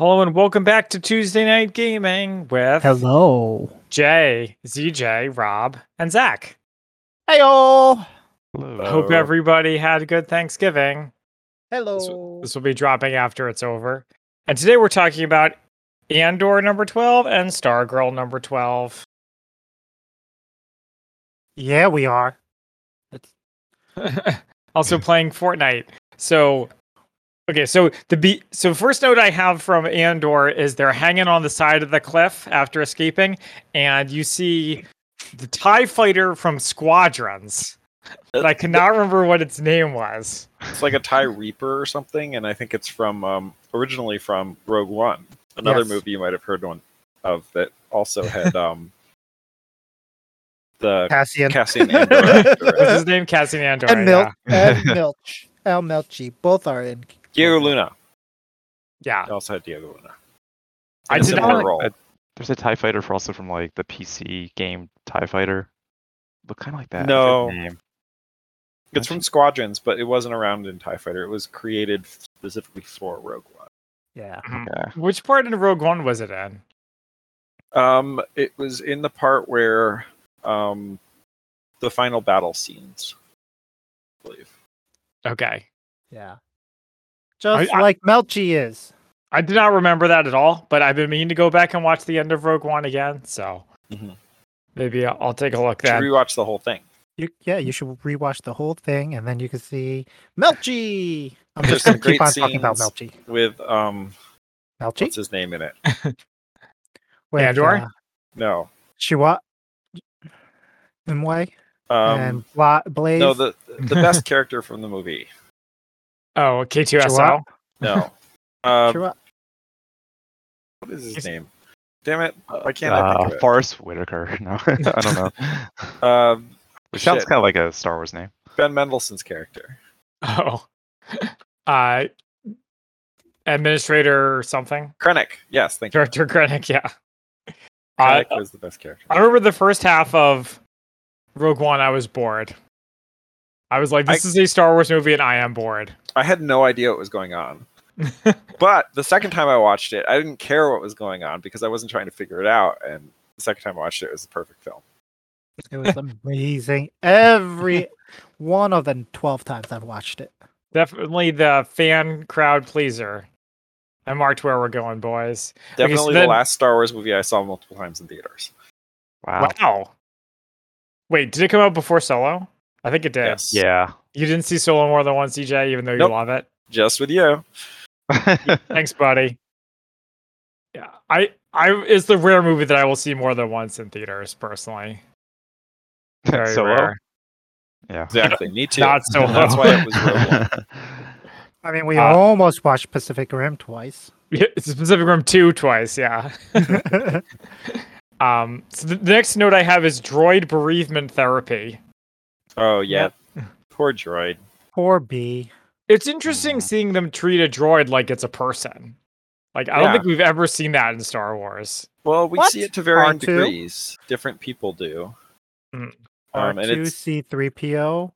Hello and welcome back to Tuesday Night Gaming with Hello. Jay, ZJ, Rob, and Zach. Hey all. Hello. Hope everybody had a good Thanksgiving. Hello. This will be dropping after it's over. And today we're talking about Andor number 12 and Stargirl number 12. Yeah, we are. also playing Fortnite. So, okay, so the be- so first note I have from Andor is they're hanging on the side of the cliff after escaping, and you see the Tie Fighter from Squadrons. But I cannot remember what its name was. It's like a TIE Reaper or something, and I think it's from um, originally from Rogue One, another Yes. movie you might have heard one of that also had um, the Cassian. Cassian Andor. actor in it. What's his name? Cassian Andor. and Milk. Yeah. and Milch. Al Melchi. Both are in. Diego Luna yeah. It also had Diego Luna. I In a did similar not- role. I- There's a Tie Fighter for also from like the PC game Tie Fighter. Look kind of like that. I forget the No. name. It's from Squadrons, but it wasn't around in Tie Fighter. It was created specifically for Rogue One. Yeah. Yeah. Which part in Rogue One was it in? Um, it was in the part where um, the final battle scenes, I believe. Okay. Yeah. Just I- like Melchi is. I did not remember that at all, but I've been meaning to go back and watch the end of Rogue One again, so Mhm. maybe I'll, I'll take a look Should then. rewatch the whole thing. You, yeah, you should rewatch the whole thing and then you can see Melchi. I'm There's just going some to keep great on talking about scenes. Melchi. with um Melchi? what's his name in it? With, Andor? Uh, No. Shiwa. Mwe Um and Bla- Blaze. no the the best character from the movie. Oh, K2SO. Chihuahua? No. Um Shiwa- what is his Is- name? Damn it. Why can't I think Uh, of it? Forrest Whitaker. No, I don't know. Um It sounds shit, kind of like a Star Wars name. Ben Mendelsohn's character. Oh. Uh administrator or something. Krennic. Yes, thank you. Director Krennic, yeah. I, Krennic was the best character. I remember the first half of Rogue One I was bored. I was like this is a Star Wars movie and I am bored. I had no idea what was going on. but the second time I watched it, I didn't care what was going on because I wasn't trying to figure it out and the second time I watched it, it was the perfect film. It was amazing. Every one of the 12 times I've watched it. Definitely the fan crowd pleaser. I marked where we're going, boys. so Definitely the then- last Star Wars movie I saw multiple times in theaters. Wow. Wow. Wait, did it come out before Solo? I think it did. Yes. Yeah. You didn't see Solo more than once, CJ, even though you Nope. love it. Just with you. Thanks, buddy. Yeah, I, I, it's the rare movie that I will see more than once in theaters. Personally, very Solo? rare. Yeah. Exactly. Me too. Not Solo. That's why it was Rogue One. I mean, we Uh, almost watched Pacific Rim twice. Yeah, it's Pacific Rim two twice. Yeah. yeah, Um. So the the next note I have is droid bereavement therapy. Oh yeah. Poor droid. poor B. It's interesting Mhm. seeing them treat a droid like it's a person. Like I don't Yeah. think we've ever seen that in Star Wars. Well, we What? see it to varying R2? degrees. Different people do. Mm. Um, and it's R2 C3PO.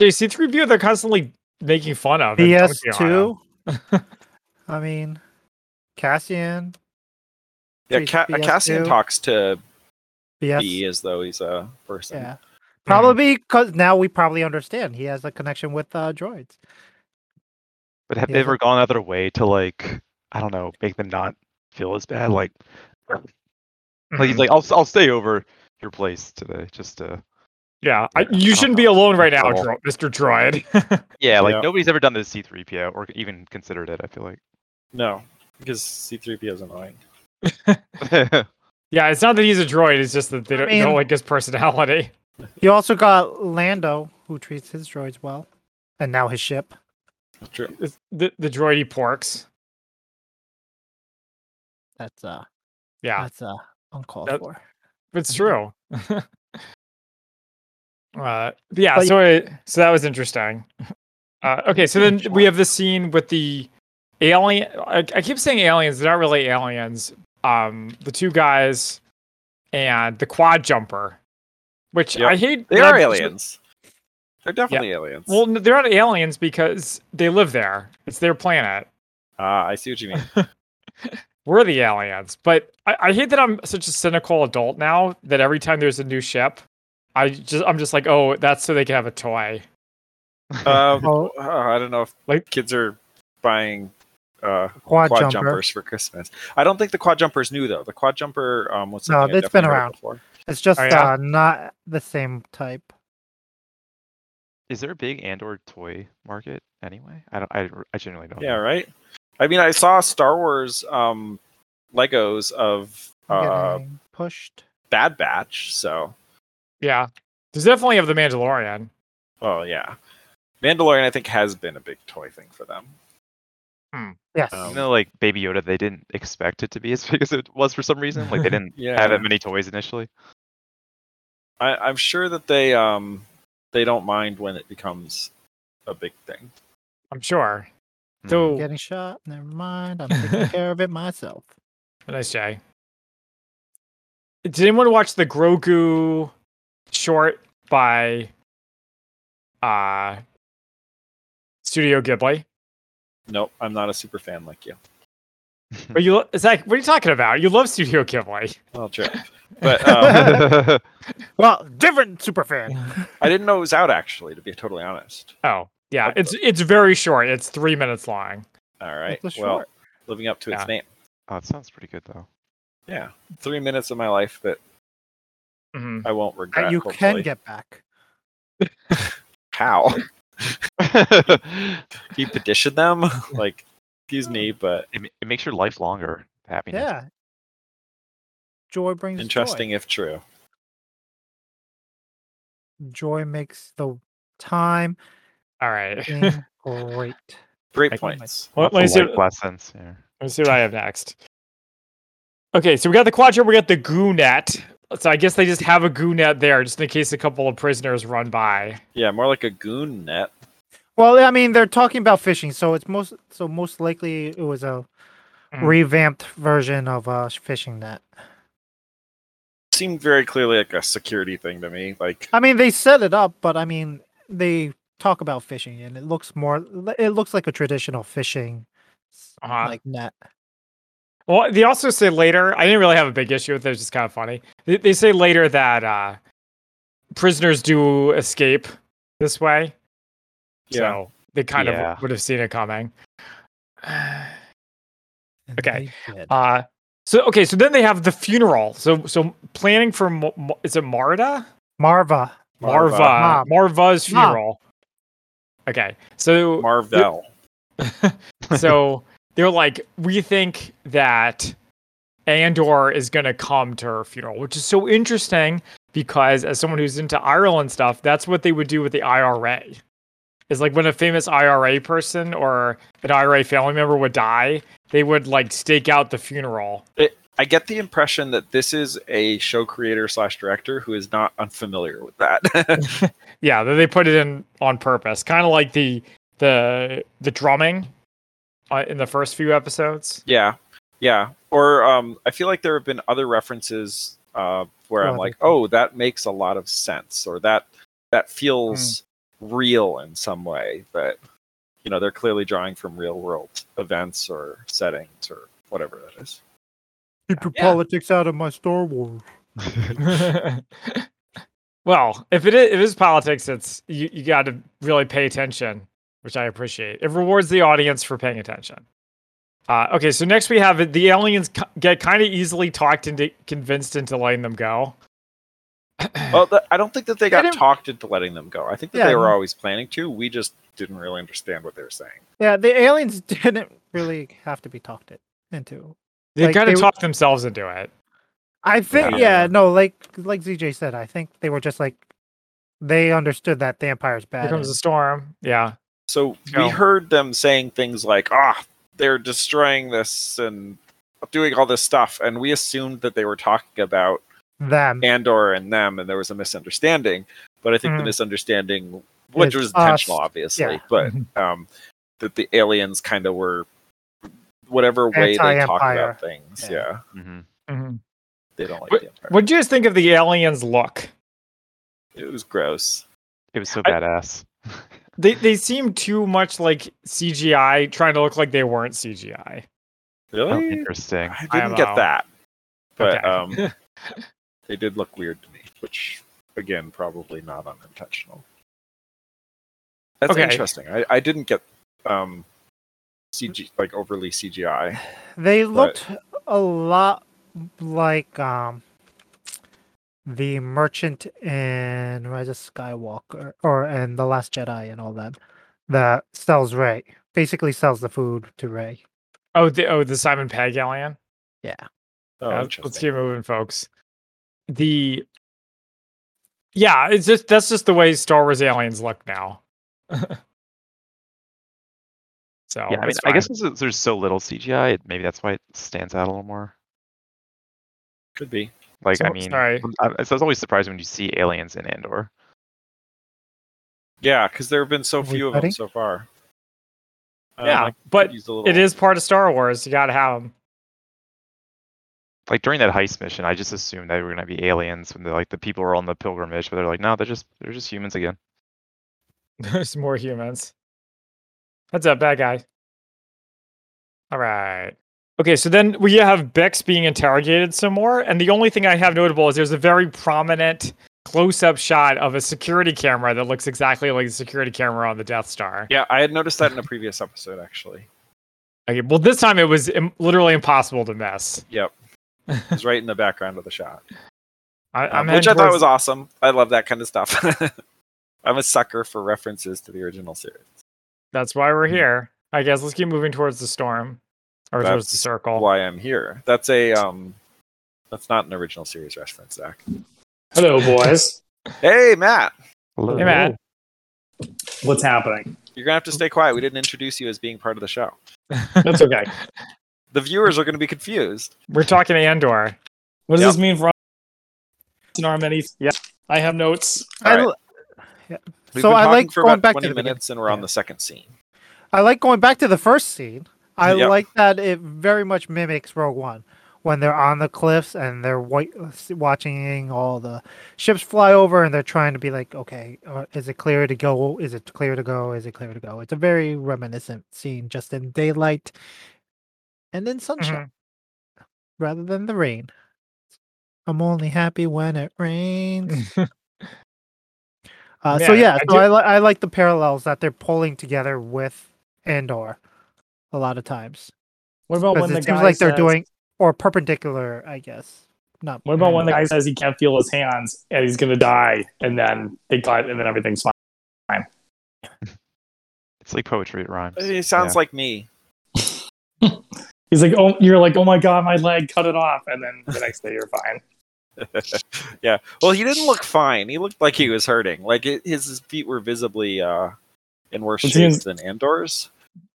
JC three PO they're constantly making fun of. and dunking on him. BS2. I mean, Cassian. yeah, three Ca- PS2. Cassian talks to B BS. as though he's a person. Yeah. Probably because now we probably understand he has a connection with uh, droids. But have Yeah. they ever gone out of their way to like, I don't know, make them not feel as bad? Like, like Mm-hmm. he's like, I'll I'll stay over your place today, just to. yeah, I, Yeah, I you don't shouldn't be know. alone right now, Trouble. dro- Mr. Droid. Yeah, like Yeah. nobody's ever done this C3PO or even considered it. I feel No, because C-3PO is annoying. like. Yeah, it's not that he's a droid. It's just that they I don't, they don't mean- like his personality. You also got Lando, who treats his droids well, and now his ship. True. It's The the droidy porks. That's uh, Yeah, that's uh, uncalled That- for. it's true. Mm-hmm. uh, yeah, But- so it, so that was interesting. Uh, okay, so then we have the scene with the alien. I, I keep saying aliens; they're not really aliens. Um, the two guys and the quad jumper, which Yep. I hate. They that are I'm- aliens. They're definitely aliens. Well, n- they're not aliens because they live there. It's their planet. ah, I see what you mean. We're the aliens. But I, I hate that I'm such a cynical adult now that every time there's a new ship, I just I'm just like, oh, that's so they can have a toy. Um, Oh. uh, I don't know if Like- kids are buying uh, Quad, quad jumper. jumpers for Christmas. I don't think the quad jumper is new though. The quad jumper um, was No, something I it's been definitely heard around. before. It's just Oh, yeah? uh, not the same type. Is there a big Andor toy market anyway? I don't. I, I genuinely don't. Yeah, right. I mean, I saw Star Wars um, Legos of I'm uh, getting pushed. Bad Batch. So, Yeah. There's definitely of the Mandalorian. well, yeah, Mandalorian I think has been a big toy thing for them. Yes. um, You know, like Baby Yoda, they didn't expect it to be as big as it was for some reason. Like they didn't Yeah, have that many toys initially. I, I'm sure that they um, they don't mind when it becomes a big thing. I'm sure. Mhm. So getting shot. Never mind. I'm taking care of it myself. nice, Jay. Did anyone watch the Grogu short by uh Studio Ghibli? Nope, I'm not a super fan like you. Hmm. But you, lo- Zach, what are you talking about? You love Studio Ghibli. I'll trip. But um, Well, different superfan. I didn't know it was out actually. To be totally honest. Oh, yeah. It's it's very short. It's three minutes long. All right. It's a Well, short. living up to its Yeah. name. oh, it sounds pretty good though. Yeah, three minutes of my life that hmm I won't that regret. you can hopefully. get back. how he petitioned them. like, excuse me, but it, ma- it makes your life longer. Happiness. Yeah. Joy brings joy. interesting if true. Joy makes the time All right. seem great. Great Like- points. Let, Lots let me of see. life lessons. Yeah. Let me see what I have next. Okay, so we got the quadra, we got the goo net. So I guess they just have a goo net there just in case a couple of prisoners run by. Yeah, more like a goon net. Well, I mean, they're talking about fishing, so it's most so most likely it was a Mm. revamped version of a fishing net. Seemed very clearly like a security thing to me. Like, I mean, they set it up, but I mean, they talk about fishing, and it looks more. It looks like a traditional fishing s- Uh-huh. like net. Well, they also say later, I didn't really have a big issue with it, it's just kind of funny. They, they say later that uh, prisoners do escape this way. yeah, So they kind Yeah. of would have seen it coming. and Okay, they did. Uh, so okay, so then they have the funeral. So so planning for Mo- Mo- is it Marta? Marva. Marva. Marva. Marva's Mom. funeral. Okay. So Marvel. so they're like, we think that Andor is going to come to her funeral, which is so interesting because as someone who's into Ireland stuff, that's what they would do with the IRA. Is like when a famous IRA person or an IRA family member would die, they would like stake out the funeral. I get the impression that this is a show creator slash director who is not unfamiliar with that. Yeah, that they put it in on purpose, kind of like the the the drumming uh, in the first few episodes. yeah, yeah. Or um, I feel like there have been other references uh, where I'm Oh, like, okay. oh, that makes a lot of sense, or that that feels Hmm. real in some way. But you know, they're clearly drawing from real world events or settings or whatever that is. Keep your Yeah. politics out of my Star Wars. well, if it is, if it is politics, it's you, you got to really pay attention, which I appreciate. It rewards the audience for paying attention. Uh, okay, so next we have the aliens ki- get kind of easily talked into convinced into letting them go. Well, th I don't think that they got didn't- talked into letting them go. I think that Yeah, they were no. always planning to. We just didn't really understand what they were saying. Yeah, the aliens didn't really have to be talked it into. They like, kind they of were- talked themselves into it. I think, Yeah. yeah. no, like like ZJ said, I think they were just like they understood that the Empire's Here bad. comes and- the storm. Yeah. So we No. heard them saying things like, ah, they're destroying this and doing all this stuff. And we assumed that they were talking about them. Andor and them, and there was a misunderstanding. But I think the Mm. misunderstanding, which Is was intentional, us. obviously, Yeah. Mm-hmm. but um, that the aliens kind of were, whatever way they talk Anti-Empire. about things, yeah, Yeah. hmm Mm-hmm. Mhm. they don't like the Empire. What do you guys think of the aliens' look? It was gross. It was so I- badass. They they seem too much like CGI, trying to look like they weren't CGI. Oh, Really? interesting. I I didn't get allow. that. But Okay. um, they did look weird to me, which again, probably not unintentional. That's Okay. interesting. I, I didn't get um, CG like overly Uh, CGI. They Right. looked a lot like um the merchant in Rise of Skywalker or and The Last Jedi and all that that sells Ray. Basically sells the food to Ray. Oh, the oh the Simon Pegg alien. Yeah. Oh, Yeah, let's interesting. keep moving, folks. The yeah, it's just that's just the way Star Wars aliens look now. so yeah, I mean, it's I fine. guess since there's so little CGI, it, maybe that's why it stands out a little more. Could be. Like, I So- mean, uh, sorry. I'm- I, it's always surprising when you see aliens in Andor. Yeah, because there have been so Are we few of them cutting? so far. Um, yeah, I could but use a little- it is part of Star Wars. You gotta have them. Like during that heist mission, I just assumed they were gonna be aliens when they like the people were on the pilgrimage, but they're like, no, they're just they're just humans again. There's more humans. That's up, bad guy. All right. Okay, so then we have Bex being interrogated some more, and the only thing I have notable is there's a very prominent close-up shot of a security camera that looks exactly like the security camera on the Death Star. Yeah, I had noticed that in a previous episode, actually. Okay, well, this time it was Im- literally impossible to miss. Yep. It was right in the background of the shot. I, Um, I'm which I thought heading towards- was awesome. I love that kind of stuff. I'm a sucker for references to the original series. That's why Mm-hmm. we're here. I guess let's keep moving towards the storm or towards the That's circle. Why I'm here. That's a um that's not an original series reference, Zach. Hello, boys. Hey Matt, Hello. Hey, Matt. What's happening? you're gonna have to stay quiet. We didn't introduce you as being part of the show. That's okay. The viewers are gonna be confused. We're talking Andor. What does Yep. this mean for Narmany? Yeah, I have notes. All I right. l- We've So been I talking like for going about back to 20 the beginning. minutes and we're on Yeah. the second scene. I like going back to the first scene. I Yep. like that it very much mimics Rogue One when they're on the cliffs and they're wa- watching all the ships fly over and they're trying to be like, okay, uh, is it clear to go? Is it clear to go? Is it clear to go? It's a very reminiscent scene, just in daylight and in sunshine Mm-hmm. rather than the rain. I'm only happy when it rains. Uh, so Man, yeah, I so do- I, li- I like the parallels that they're pulling together with Andor a lot of times What about because when the it seems guy like they're says- doing or perpendicular, I guess. Not What about when the guy says he can't feel his hands and he's gonna die, and then they cut, and then everything's fine. It's like poetry. It rhymes. It sounds Yeah. like me. He's like, "Oh, you're like, oh my god, my leg, cut it off," and then the next day you're fine. yeah. Well, he didn't look fine. He looked like he was hurting. Like it, his, his feet were visibly uh, in worse It seems- shape than Andor's.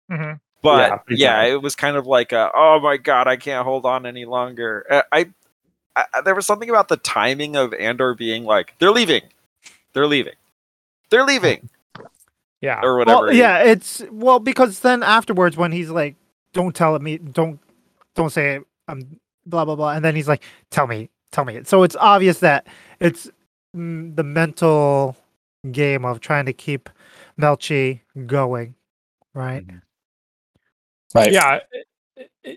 hmm But Yeah, yeah, exactly. it was kind of like, a, oh my god, I can't hold on any longer. Uh, I, I, I- there was something about the timing of Andor being like, they're leaving, they're leaving, they're leaving, Yeah. or whatever. Well, yeah, it's well because then afterwards when he's like, "Don't tell it me, don't, don't say it, I'm blah blah blah," and then he's like, "Tell me, tell me it." So it's obvious that it's mm, the mental game of trying to keep Melchi going, right? Right. Yeah. it- it-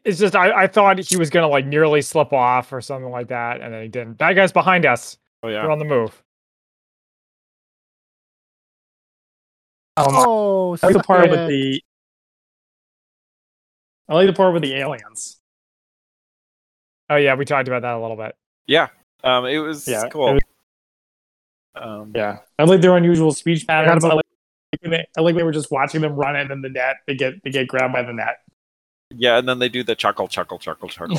It's just I, I thought he was gonna like nearly slip off or something like that, and then he didn't. That guy's behind us. Oh They're yeah. on the move. Um, Oh, I like the part with sad. the. I like the part with the aliens. Oh yeah, we talked about that a little bit. Um, it was Yeah, cool. it was- Um, Yeah, I like their unusual speech patterns. I about- like, when they, I like they were just watching them run in and the net. They get they get grabbed by the net. yeah, and then they do the chuckle, chuckle, chuckle, chuckle.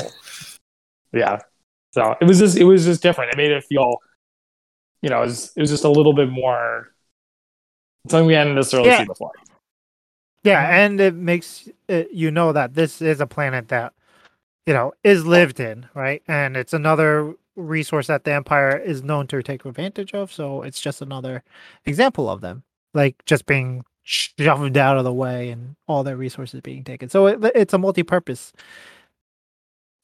Yeah, so it was just it was just different. It made it feel, you know, it was, it was just a little bit more something we hadn't necessarily Yeah. seen before. Uh-huh. Yeah, and it makes it, you know that this is a planet that you know is lived in, right? And it's another resource that the Empire is known to take advantage of. So it's just another example of them, like just being shoved out of the way and all their resources being taken. So it, it's a multi-purpose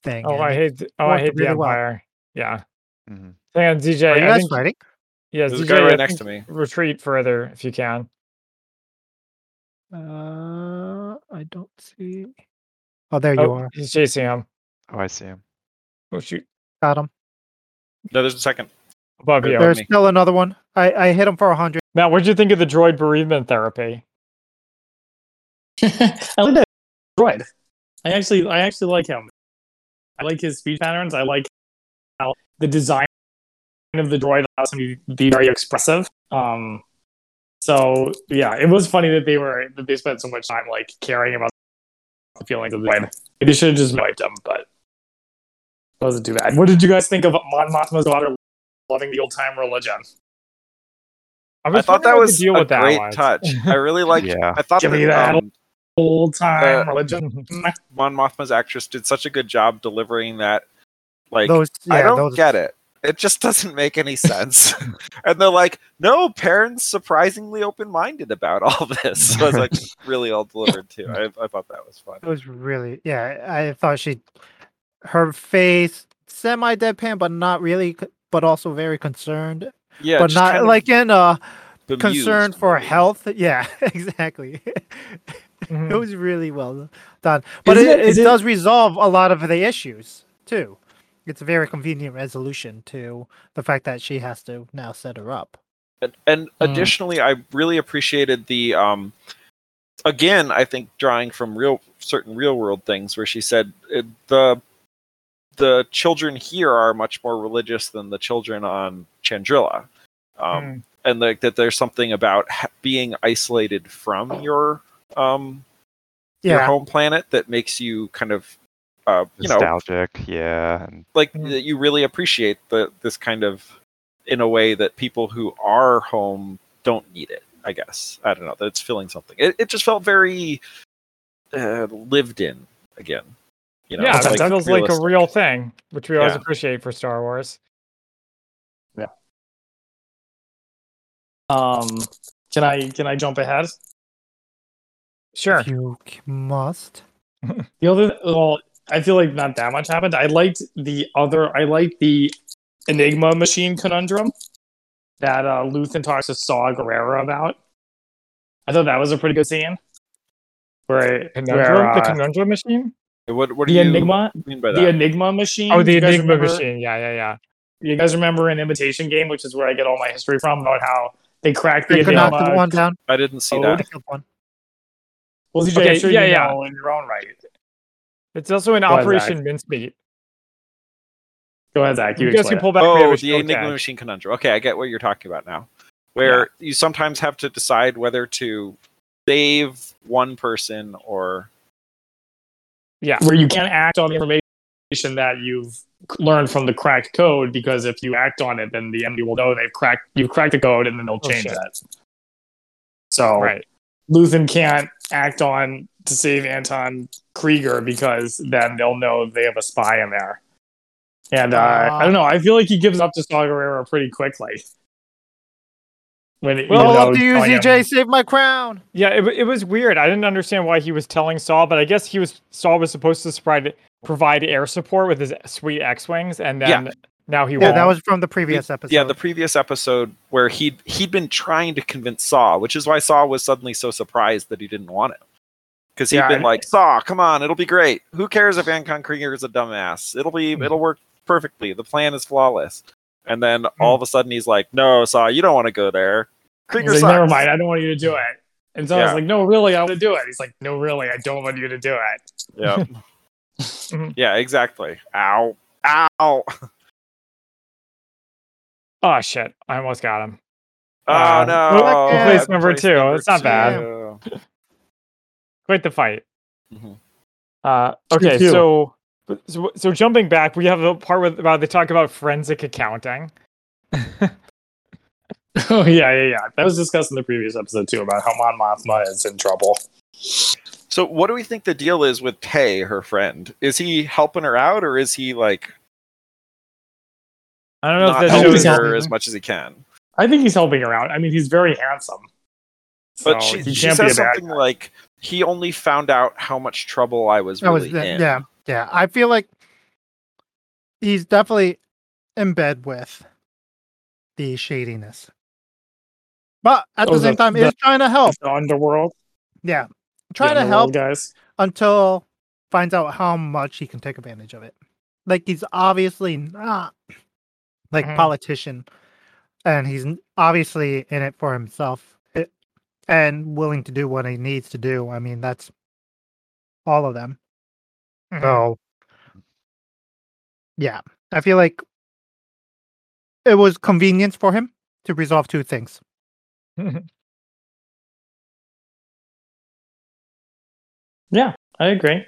thing. Oh, and I it- hate. th- Oh, I worked hate the really well. Empire. Yeah. Mhm. Hang on, DJ. Are you I guys think- fighting? yeah, There's a DJ, guy I right next to think me. Retreat further if you can. Uh, I don't see. Oh, there you Oh, are. he's chasing him. Oh, I see him. Oh shoot, Got him. No, there's a second. above you. There- There's still another one. I, I hit him for 100. Matt, what'd you think of the droid bereavement therapy? I like that droid. I actually, I actually like him. I like his speech patterns. I like how the design of the droid allows him to be very expressive. Um, so yeah, it was funny that they were that they spent so much time like caring about the feelings of the droid. They should have just wiped him, but it wasn't too bad. What did you guys think of Mon Mothma's daughter loving the old time religion? I, thought that wondering what was the deal a with that great was. touch. I really liked. yeah. I thought Give me that. that, um, Old time Uh, religion. Mon Mothma's actress did such a good job delivering that. Like, those, yeah, I don't those, get it. It just doesn't make any sense. and they're like, no, parents surprisingly open minded about all this. So I was like, really all delivered too. I, I thought that was fun. It was really, yeah. I thought she, her face, semi deadpan, but not really, c- but also very concerned, Yeah, but just not kind of like in uh bemused. concern for health. Yeah, exactly. Mhm. it was really well done, but Mm. Is it, it- it, is it- does resolve a lot of the issues too. It's a very convenient resolution to the fact that she has to now set her up. And, and Mm. additionally, I really appreciated the um, again. I think drawing from real certain real world things, where she said "Uh, the the children here are much more religious than the children on Chandrilla, um, Mm. and like that there's something about ha- being isolated from your um, your Yeah, home planet that makes you kind of uh, you know Nostalgic. Yeah. And like Mhm. that you really appreciate the this kind of in a way that people who are home don't need it i guess i don't know that it's filling something it, it just felt very uh, lived in again you know yeah, it's, that feels like a realistic. real thing, which we always Yeah. appreciate for Star Wars. Um, can I can I jump ahead? Sure. you c- must. The other, well, I feel like not that much happened. I liked the other. I liked the Enigma machine conundrum that uh, Luthen talks to Saw Guerrero about. I thought that was a pretty good scene. Where, Conundrum? where the uh, conundrum machine? what, what do the you Enigma, mean by that the Enigma machine. Oh, the Do you guys Enigma remember- machine. Yeah, yeah, yeah. You guys remember an imitation game, which is where I get all my history from about how they cracked the You could knock the Enigma. one down. i didn't see Oh, I that killed one. Well, CJ, Okay, I'm sure yeah, you yeah. know in your own right. It's also in Why is that? Operation Mincemeat. Go ahead, Zach. You, You guys explain can it. pull back. we have oh a the show enigma tag. machine conundrum okay i get what you're talking about now where you sometimes have to decide whether to save one person or Yeah. where you can't act on the information that you've learned from the cracked code because if you act on it, then the enemy will know they've cracked you've cracked the code, and then they'll Oh, change shit. that. So Right. Luthen can't act on to save Anton Krieger because then they'll know they have a spy in there. And uh, Ah. I don't know. I feel like he gives up to Saw Gerrera pretty quickly. When even Well, up though to you, E telling him- ZJ. Save my crown. Yeah, it, wa- it was weird. I didn't understand why he was telling Saul, but I guess he was Saul was supposed to provide provide air support with his sweet X wings, and Yeah. then now he Yeah, won't. that was from the previous episode. Yeah, the previous episode where he'd he'd been trying to convince Saw, which is why Saw was suddenly so surprised that he didn't want it. Because he had Yeah, been and- like, Saw, come on, it'll be great. Who cares if Ancon Krieger is a dumbass? It'll be Hmm. it'll work perfectly. The plan is flawless. And then Hmm. all of a sudden he's like, No, Saw, you don't want to go there. Krieger He's like, sucks. never mind. I don't want you to do it. And so I Yeah. was like, no, really, I want to do it. He's like, no, really, I don't want you to do it. Yeah. Mm-hmm. yeah, exactly. Ow. Ow. oh shit! I almost got him. Oh Uh, no. well, Yeah, place number place two. number It's not bad. two. Quit the fight. Mhm. Uh, okay, Phew. so, so so jumping back, we have a part with about they talk about forensic accounting. oh yeah, yeah, yeah. That was discussed in the previous episode too about how Mon Mothma is in trouble. So, what do we think the deal is with Tay, her friend? Is he helping her out, or is he like I don't know not if that helping shows. out. her as much as he can? I think he's helping her out. I mean, he's very handsome. So But she, he she can't be a says bad something like, "He only found out how much trouble I was That was really the- in." yeah, yeah. I feel like he's definitely in bed with the shadiness, but at Oh, the same the- time, the- is trying to help. the underworld. Yeah, Oh. trying the to underworld help guys. until finds out how much he can take advantage of it. Like he's obviously not like Mhm. politician, and he's n- obviously in it for himself it, and willing to do what he needs to do. I mean, that's all of them. Mhm. So, yeah, I feel like it was convenience for him to resolve two things. I agree.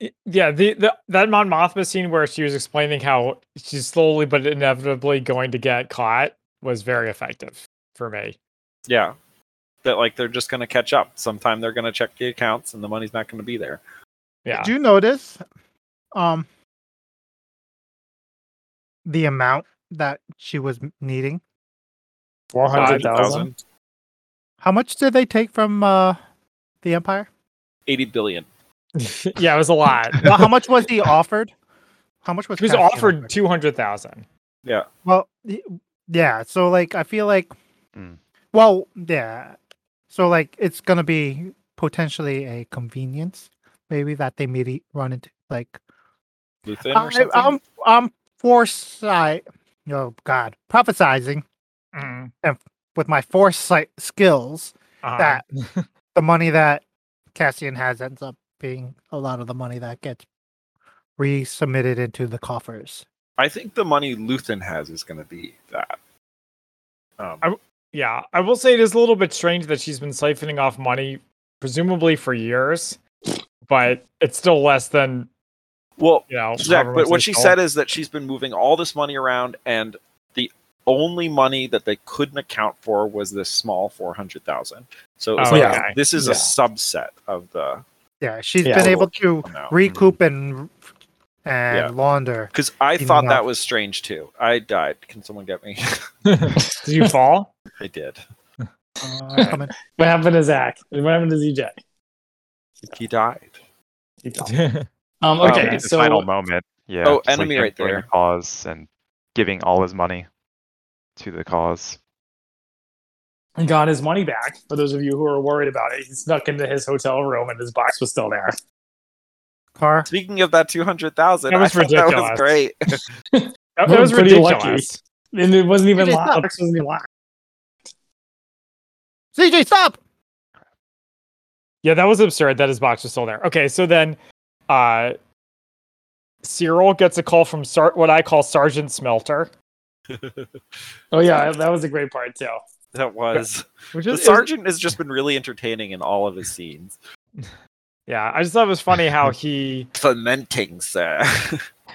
Y- Yeah, the, the that Mon Mothma scene where she was explaining how she's slowly but inevitably going to get caught was very effective for me. Yeah. That like they're just gonna catch up. Sometime they're gonna check the accounts and the money's not gonna be there. Yeah. Do you notice um the amount that she was m- needing? Four hundred thousand. 100,000, How much did they take from uh the Empire? 80 billion. yeah, it was a lot. Well, how much was he offered? How much was She was Cassian offered two hundred thousand. Well, y- yeah. So like, I feel like, Hmm. Mm. well, yeah. So like, it's gonna be potentially a convenience, maybe that they maybe run into. Like, Luthin or I, something. I'm I'm foresight. Oh God, prophesizing Mm-hmm. Mm, with my foresight skills, uh-huh. That- the money that Cassian has ends up being a lot of the money that gets resubmitted into the coffers. I think the money Luthen has is gonna be that. Um, I- Yeah, I will say it is a little bit strange that she's been siphoning off money, presumably for years, but it's still less than well, you know. Zach, however but much what they she stole. said is that she's been moving all this money around, and the only money that they couldn't account for was this small four hundred thousand. So it was Oh, like, yeah. this is a Yeah. subset of the Yeah, she's Yeah. been able to amount. recoup and and oh, hmm. Yeah. launder. Because I Even thought that enough. was strange too. I died. Can someone get me? Did you fall? I did. Uh, coming- What happened to Zach? What happened to ZJ? He died. Um, Um, okay, at the so final moment. Yeah. Oh, just, like, enemy right entering there. The cause and giving all his money to the cause. he got his money back. For those of you who are worried about it, he snuck into his hotel room and his box was still there. car. Speaking of that two hundred thousand, That was That was ridiculous. gret. That, We're that was pretty lucky. ridiculous. And it wasn't even It is locked. not- The box wasn't even locked. CJ, stop! Yeah, that was absurd that his box was still there. Okay, so then uh Cyril gets a call from Sar- what I call Sergeant Smelter, Oh yeah, that was a great part too. That was which the is sergeant has just been really entertaining in all of his scenes. yeah. I just thought it was funny how he Fermenting, sir.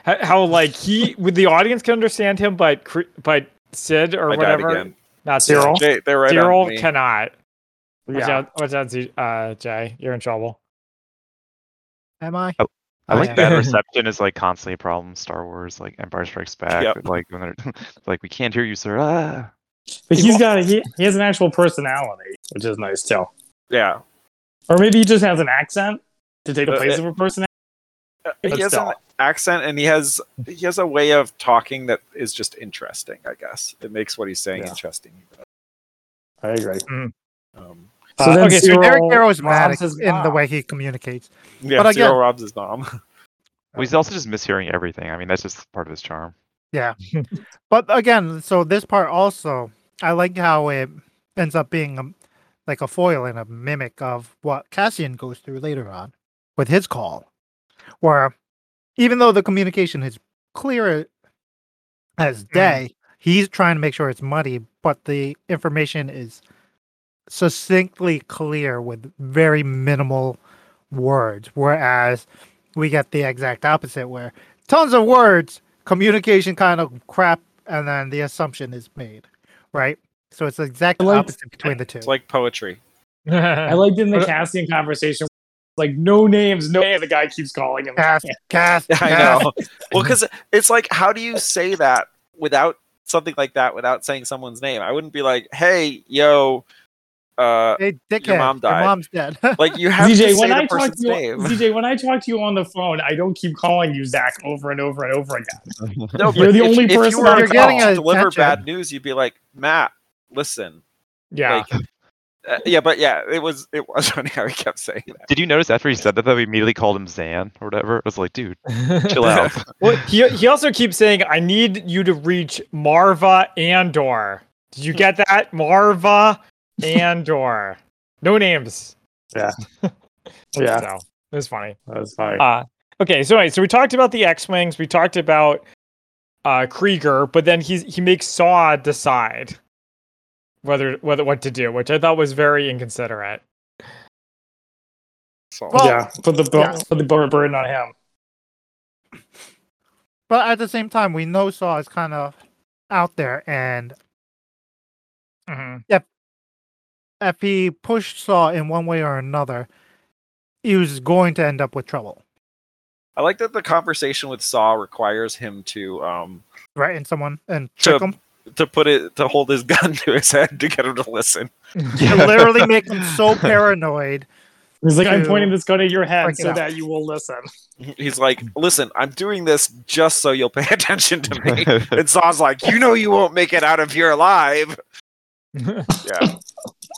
how, how like he with the audience can understand him, but Cr- but Sid or I died whatever, again. not Cyril? Cyril, Jay, they're right Cyril on me. cannot. Watch Yeah. out, watch out, Z- uh, Jay, you're in trouble. Am I? Oh, I Oh, like yeah. that reception is like constantly a problem. Star Wars, like Empire Strikes Back, Yep. but, like when they're like we can't hear you, sir. Ah. But he's got a, he, he has an actual personality, which is nice too. Yeah, Or maybe he just has an accent to take the Uh, place it- of a personality. Uh, But he has still. an accent and he has he has a way of talking that is just interesting i guess it makes what he's saying Yeah. interesting I agree. um, Mm-hmm. So then okay, so Cyril Eric Arrow robs is mad his in the box. way he communicates. yeah But Cyril again- robs his mom Well, Um, he's also just mishearing everything. I mean, that's just part of his charm. But again, so this part also, I like how it ends up being a, like a foil and a mimic of what Cassian goes through later on with his call, where even though the communication is clear as day, he's trying to make sure it's muddy, but the information is succinctly clear with very minimal words. Whereas we get the exact opposite, where tons of words communication kind of crap and then the assumption is made right so it's the exact I like- opposite between the two it's like poetry I liked in the But- Cassian conversation, like no names, no names. The guy keeps calling him. cast cast i cast. know well because it's like how do you say that without something like that without saying someone's name i wouldn't be like hey yo uh hey dickhead mom died. your mom's dead like you have to DJ, say when the I talk to person's you, name DJ, when I talk to you on the phone, I don't keep calling you Zach over and over and over again. no You're but the if- only if, person you were You're getting getting to deliver attention. bad news you'd be like matt listen yeah, like Uh, yeah, but yeah, it was it was funny how he kept saying that. Did you notice after he said that that we immediately called him Zan or whatever? I was like, dude, chill out. well, he he also keeps saying, "I need you to reach Marva Andor." Did you get that, Marva Andor? No names. Yeah, so, it was funny. that was fine. Uh, okay, so anyway, so we talked about the X wings. We talked about uh, Krieger, but then he he makes Saw decide whether whether what to do, which I thought was very inconsiderate. So well, yeah, put the bu- yeah. put the bur- burden on him. But at the same time, we know Saw is kind of out there, and Mhm. if he pushed Saw in one way or another, he was going to end up with trouble, I like that the conversation with Saw requires him to um threaten someone and trick To- him, to put it to hold his gun to his head to get him to listen. to literally make him so paranoid. He's like, I'm To pointing this gun at your head freak it so out. that you will listen. He's like, "Listen, I'm doing this just so you'll pay attention to me." and Saw's like, "You know you won't make it out if you're alive." Yeah.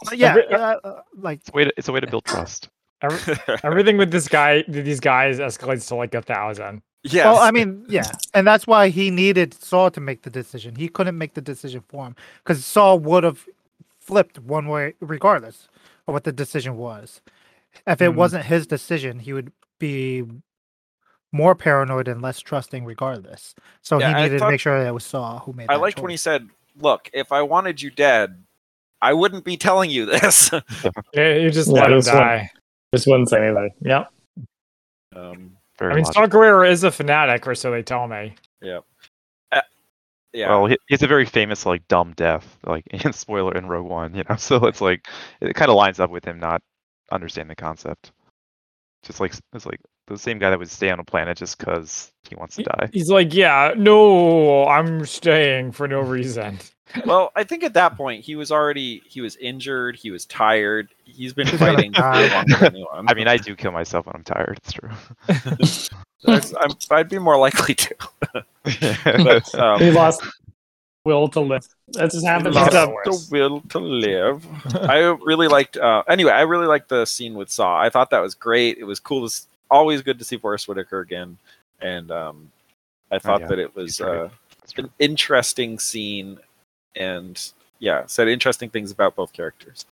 But yeah, re- uh, uh, like it's, a way to, it's a way to build trust. Every- Everything with this guy, these guys escalates to like a thousand. yes. Well, I mean, yeah, and that's why he needed Saul to make the decision. He couldn't make the decision for him because Saul would have flipped one way, regardless of what the decision was. If it Mm-hmm. Mm. wasn't his decision, he would be more paranoid and less trusting, regardless. So Yeah, I he needed thought- to make sure that it was Saul who made. I that liked when he choice. said, "Look, if I wanted you dead, I wouldn't be telling you this." Yeah, You just Yeah, let him that's one. die. Just wouldn't say anything. Yeah. um, Very I mean, logical. Saw Guerrero is a fanatic, or so they tell me. yeah. Well, he, he's a very famous like dumb death, like in spoiler in Rogue One, you know. So it's like it kind of lines up with him not understanding the concept. Just like it's like the same guy that would stay on a planet just because he wants to He- die. He's like, yeah, no, I'm staying for no reason. well, I think at that point he was already he was injured, he was tired. He's been He's gonna fighting for die. longer than anyone. I mean, I do kill myself when I'm tired. It's true. That's- I'm, I'd be more likely to. But, But, um, He lost will to live. That just he happens. Lost lost That's the the will to live. I really liked. Uh, anyway, I really liked the scene with Saw. I thought that was great. It was cool. To, s- always good to see Forrest Whitaker again, and um, I thought yeah. that it was. He's great. Uh, That's an true. interesting scene and yeah said interesting things about both characters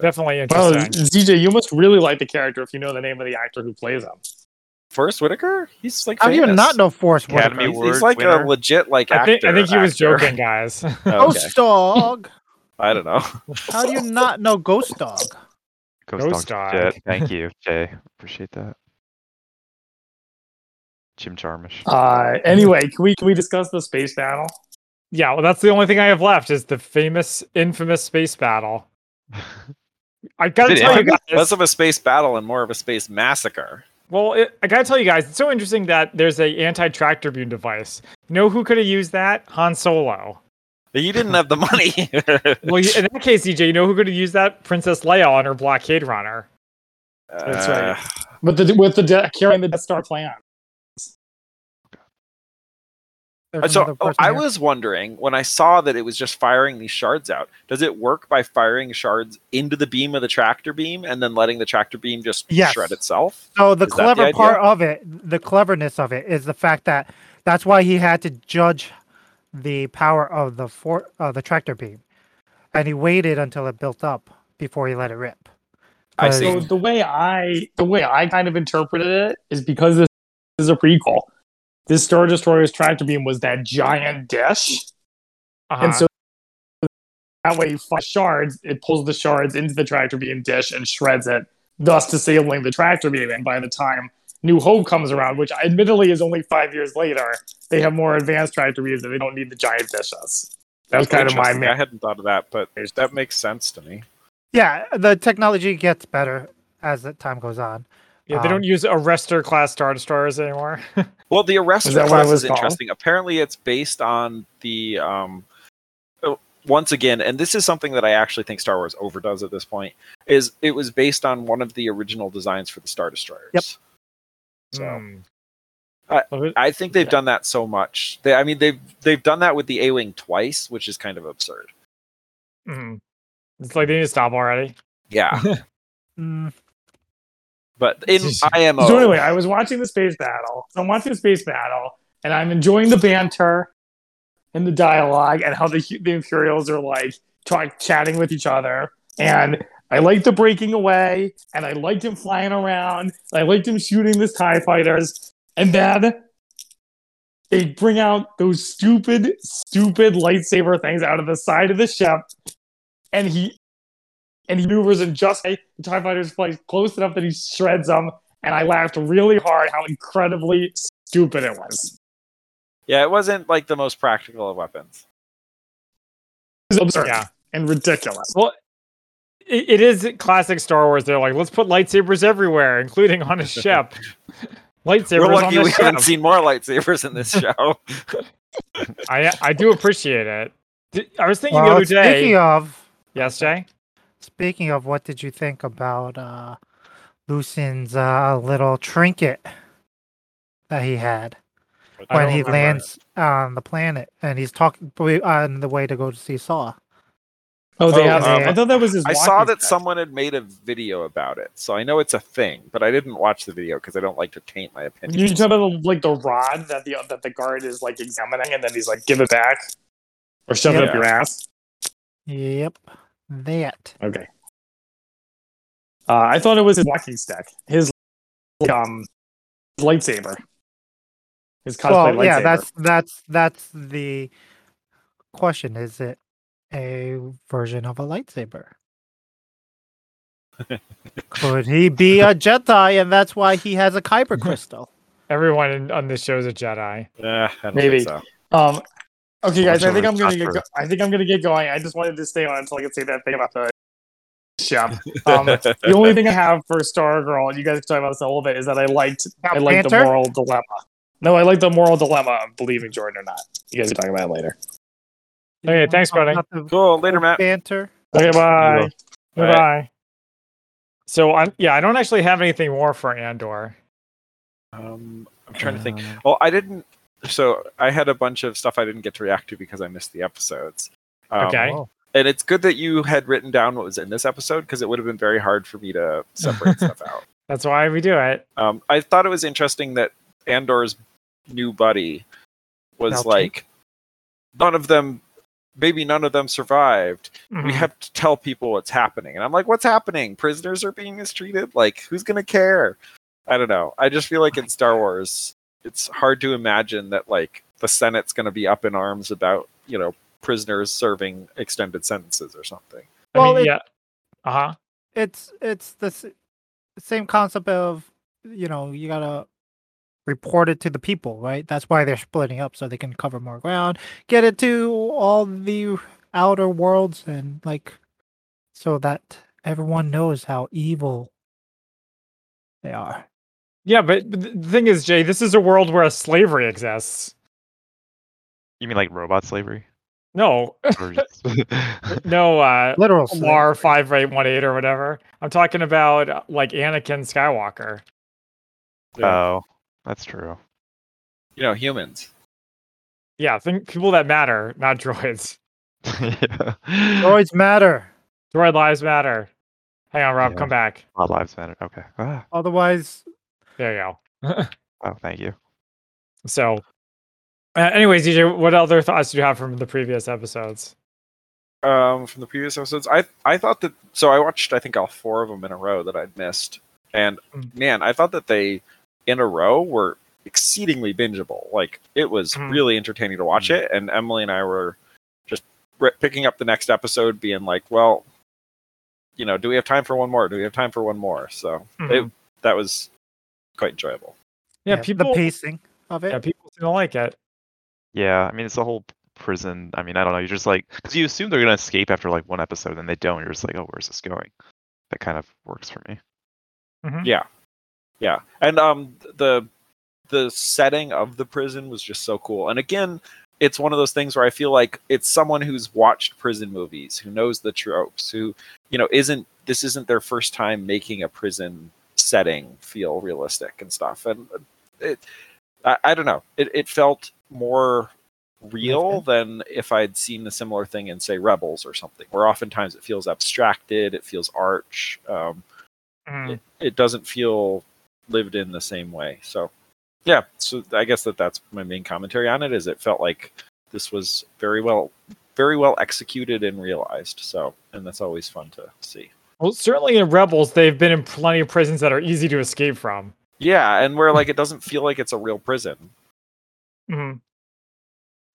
Definitely Well, interesting. DJ, you must really like the character if you know the name of the actor who plays him. forrest whitaker he's like "How do you not famous. know Forrest Whitaker? Academy he's, Award he's like winner? a legit like I think, I actor, think he was actor. joking, guys. Oh, okay. Ghost Dog. i don't know How do you not know Ghost Dog? Ghost Dog's Dog. legit. Thank you, Jay. Appreciate that. Jim Jarmusch. Uh, anyway, can we can we discuss the space battle? yeah, well, that's the only thing I have left is the famous, infamous space battle. I gotta Is it tell you infamous? guys, less of a space battle and more of a space massacre well, it, I gotta tell you guys, it's so interesting that there's a anti-track tribune device. You know who could have used that? Han Solo. you didn't have the money Well, you- in that case, EJ, you know who could have used that? Princess Leia on her blockade runner. That's Uh, With the with the de- carrying the Death Star plan. There's so another oh, person i here. was wondering when i saw that it was just firing these shards out does it work by firing shards into the beam of the tractor beam and then letting the tractor beam just Yes. shred itself So the Is that the clever idea? part of it, the cleverness of it, is the fact that that's why he had to judge the power of the for uh, the tractor beam, and he waited until it built up before he let it rip. Uh, I Because- So the way I the way I kind of interpreted it is because this is a prequel. This Star Destroyer's tractor beam was that giant dish, Uh-huh. and so that way, you fly shards it pulls the shards into the tractor beam dish and shreds it, thus disabling the tractor beam. And by the time New Hope comes around, which admittedly is only five years later, they have more advanced tractor beams and they don't need the giant dishes. That was kind of my Interesting. I man. hadn't thought of that, but that makes sense to me. Yeah, the technology gets better as the time goes on. yeah, they um, don't use arrestor class star destroyers anymore. Well, the arrest Is that what class it was is called? interesting. Apparently, it's based on the um, uh, once again, and this is something that I actually think Star Wars overdoes at this point. Is it was based on one of the original designs for the Star Destroyers. Yep. So Hmm. I- Love it. I think they've Yeah. done that so much. They, I mean, they've they've done that with the A-wing twice, which is kind of absurd. Mm-hmm. Mm. It's like they need to stop already. Yeah, Mm, but in IMO, So anyway, I was watching the space battle. So I'm watching the space battle, and I'm enjoying the banter and the dialogue and how the the Imperials are like talk, chatting with each other. And I liked the breaking away, and I liked him flying around. I liked him shooting his Tie fighters, and then they bring out those stupid, stupid lightsaber things out of the side of the ship, and he. And he maneuvers and just the TIE fighters fly close enough that he shreds them and I laughed really hard how incredibly stupid it was. yeah, it wasn't like the most practical of weapons. It was absurd and ridiculous. Well, it, it is classic Star Wars. They're like, let's put lightsabers everywhere, including on a ship. lightsabers We're on lucky the we ship. haven't seen more lightsabers in this show. I I do appreciate it. D- I was thinking the well, other speaking day. of Yes, Jay. speaking of, what did you think about uh, Lucian's uh, little trinket that he had I when don't he remember. lands on the planet and he's talking on the way to go to see Saw? Oh, they have- um, I thought that was his. I saw walking that stick. someone had made a video about it, so I know it's a thing, but I didn't watch the video because I don't like to taint my opinion. You talk about the, like the rod that the that the guard is like examining, and then he's like, "Give it back," or shove it Yeah. up your ass. Yep, that. Okay. Uh, I thought it was his walking stick, his like, um lightsaber, his cosplay well, yeah, lightsaber. that's that's that's the question. Is it a version of a lightsaber? Could he be a Jedi, and that's why he has a kyber crystal? Everyone in, on this show is a Jedi. Eh, I don't Maybe. think so. Um, okay, guys. I think I'm gonna Sure, get. it's Go- I think I'm gonna get going. I just wanted to stay on until I could say that thing about the ship. Um, the only thing I have for Stargirl, and you guys talked about this a little bit, is that I liked. I liked the Panther? moral dilemma. No, I like the moral dilemma of believing Jordan or not. You guys are talking about it later. Did you Okay, wanna thanks, talk buddy. about Oh, the cool. Later, Matt. Banter. Okay, bye. All Bye. right. So I'm yeah. I don't actually have anything more for Andor. Um, I'm trying to think. Well, I didn't. So I had a bunch of stuff I didn't get to react to because I missed the episodes. Um, Okay. Oh. And it's good that you had written down what was in this episode because it would have been very hard for me to separate stuff out. That's why we do it. Um, I thought it was interesting that Andor's new buddy was Valkyrie? like, none of them, maybe none of them survived. We Mhm. have to tell people what's happening. And I'm like, what's happening? Prisoners are being mistreated? Like, who's going to care? I don't know. I just feel like in Star Wars, it's hard to imagine that, like, the Senate's going to be up in arms about, you know, prisoners serving extended sentences or something. I Well, mean, it- yeah. Uh huh. It's it's the s- same concept of you know you gotta report it to the people, right? That's why they're splitting up so they can cover more ground, get it to all the outer worlds, and like so that everyone knows how evil they are. Yeah, but but the thing is, Jay, this is a world where slavery exists. You mean like robot slavery? No, Or just- no, uh, Literal Lar five eight one eight or whatever. I'm talking about uh, like Anakin Skywalker. oh, that's true. You know, humans. Yeah, think people that matter, not droids. yeah. Droids matter. Droid lives matter. Hang on, Rob, Yeah. come back. All lives matter. Okay. Ah, Otherwise, There you go. oh, thank you. So, uh, anyways, DJ, what other thoughts do you have from the previous episodes? um, from the previous episodes. I I thought that so I watched I think all four of them in a row that I'd missed, and Mm. man, I thought that they in a row were exceedingly bingeable. Like it was Mhm. really entertaining to watch it, and Emily and I were just re- picking up the next episode, being like, well, you know, do we have time for one more? Do we have time for one more? So Mhm. that was quite enjoyable. yeah, yeah, people. the pacing of it. yeah, people seem to like it. Yeah, I mean it's a whole prison. I mean I don't know. You're just like because you assume they're gonna escape after like one episode, and they don't. You're just like, oh, where's this going? That kind of works for me. Mhm. Yeah, yeah, and um the the setting of the prison was just so cool. And again, it's one of those things where I feel like it's someone who's watched prison movies, who knows the tropes, who you know isn't this isn't their first time making a prison setting feel realistic and stuff. And it, I, I don't know, it it felt more real than if I'd seen a similar thing in, say, Rebels or something, where oftentimes it feels abstracted, it feels arch, um, Mm. it doesn't feel lived in the same way. So, yeah, so I guess that that's my main commentary on it. Is it felt like this was very well, very well executed and realized. So, and that's always fun to see. Well, certainly in Rebels, they've been in plenty of prisons that are easy to escape from. Yeah, and where like it doesn't feel like it's a real prison. Mhm.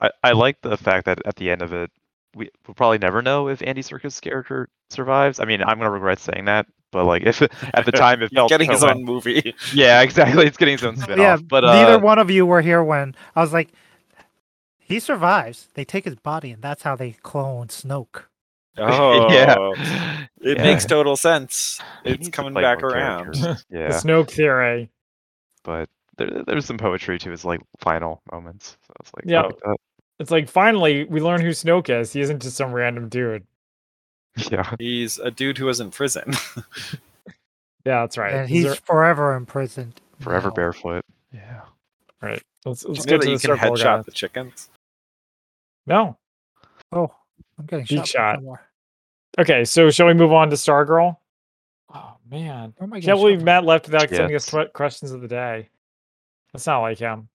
I, I like the fact that at the end of it, we will probably never know if Andy Circus' character survives. I mean, I'm gonna regret saying that, but like if at the time it He's felt getting so his own movie. Yeah, exactly. It's getting his own spin yeah, off. But uh, neither one of you were here when I was like, he survives. They take his body, and that's how they clone Snoke. Oh, yeah. It Yeah. makes total sense. He It's needs to coming play back more around. characters. The yeah, Snoke theory. but there, there's some poetry to his like final moments. So I was like, oh, uh, Yeah. I like that. It's like finally we learn who Snoke is. He isn't just some random dude. yeah. He's a dude who was in prison. Yeah, that's right. and Is he's there- forever imprisoned. Forever now. barefoot. Yeah. right. Let's, let's You know get to that the you can circle, headshot guys. the chickens. No. Oh, I'm getting shot. by Beak shot. someone. Okay, so shall we move on to Stargirl? Oh man. Where am I getting Can't shot believe by? Matt left without sending Yes. us que- questions of the day. That's not like him.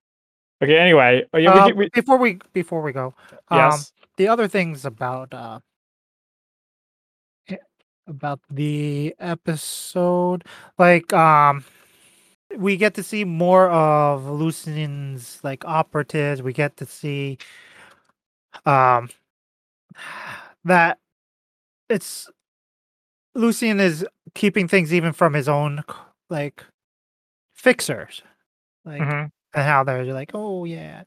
Okay, anyway. Oh, yeah, we Uh, can- we- before we before we go, um, yes. the other things about uh eh, about the episode like um we get to see more of Lucian's like operatives we get to see um that it's Lucian is keeping things even from his own c- like fixers like Mhm. and how they're like, oh yeah,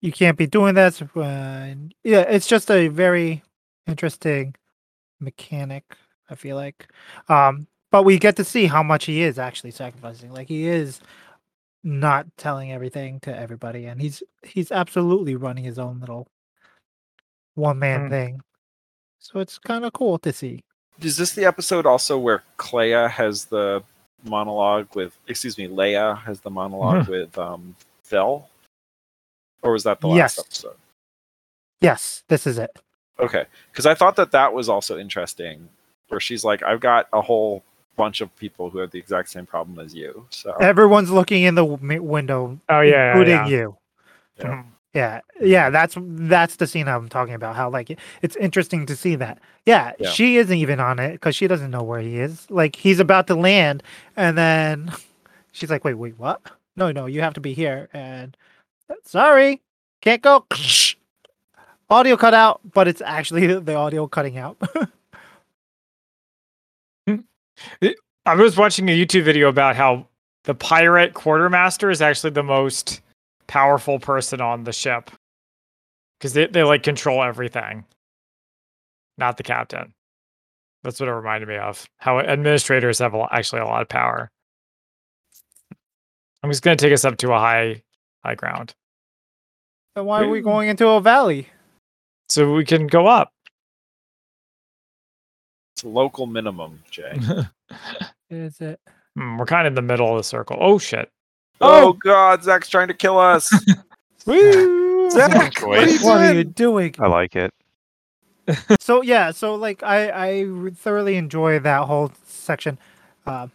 you can't be doing this. When... Yeah, it's just a very interesting mechanic. I feel like, um, but we get to see how much he is actually sacrificing. Like he is not telling everything to everybody, and he's he's absolutely running his own little one man Mm. thing. So it's kind of cool to see. Is this the episode also where Clea has the monologue with, excuse me, Leia has the monolog with um, Vel? Or was that the last Yes. episode? Yes, this is it. Okay. Because I thought that that was also interesting, where she's like, I've got a whole bunch of people who have the exact same problem as you. So Everyone's looking in the w- window, Oh yeah. including yeah, yeah. you. Yeah. Yeah, yeah, that's that's the scene I'm talking about. How like it's interesting to see that. Yeah, Yeah. she isn't even on it because she doesn't know where he is. Like he's about to land, and then she's like, "Wait, wait, what? No, no, you have to be here." And sorry, can't go. Audio cut out, but it's actually the audio cutting out. I was watching a YouTube video about how the pirate quartermaster is actually the most powerful person on the ship because they, they like control everything, not the captain. That's what it reminded me of how administrators have a, lo- actually a lot of power. I'm just going to take us up to a high high ground then why are we Mm. going into a valley? so we can go up. it's a local minimum, Jay. Is it? Hmm, we're kind of in the middle of the circle. Oh shit! oh, God, Zach's trying to kill us. Woo! Zach, what are you Choice. What are you doing? doing? I like it. so yeah so like i i re- thoroughly enjoy that whole section uh,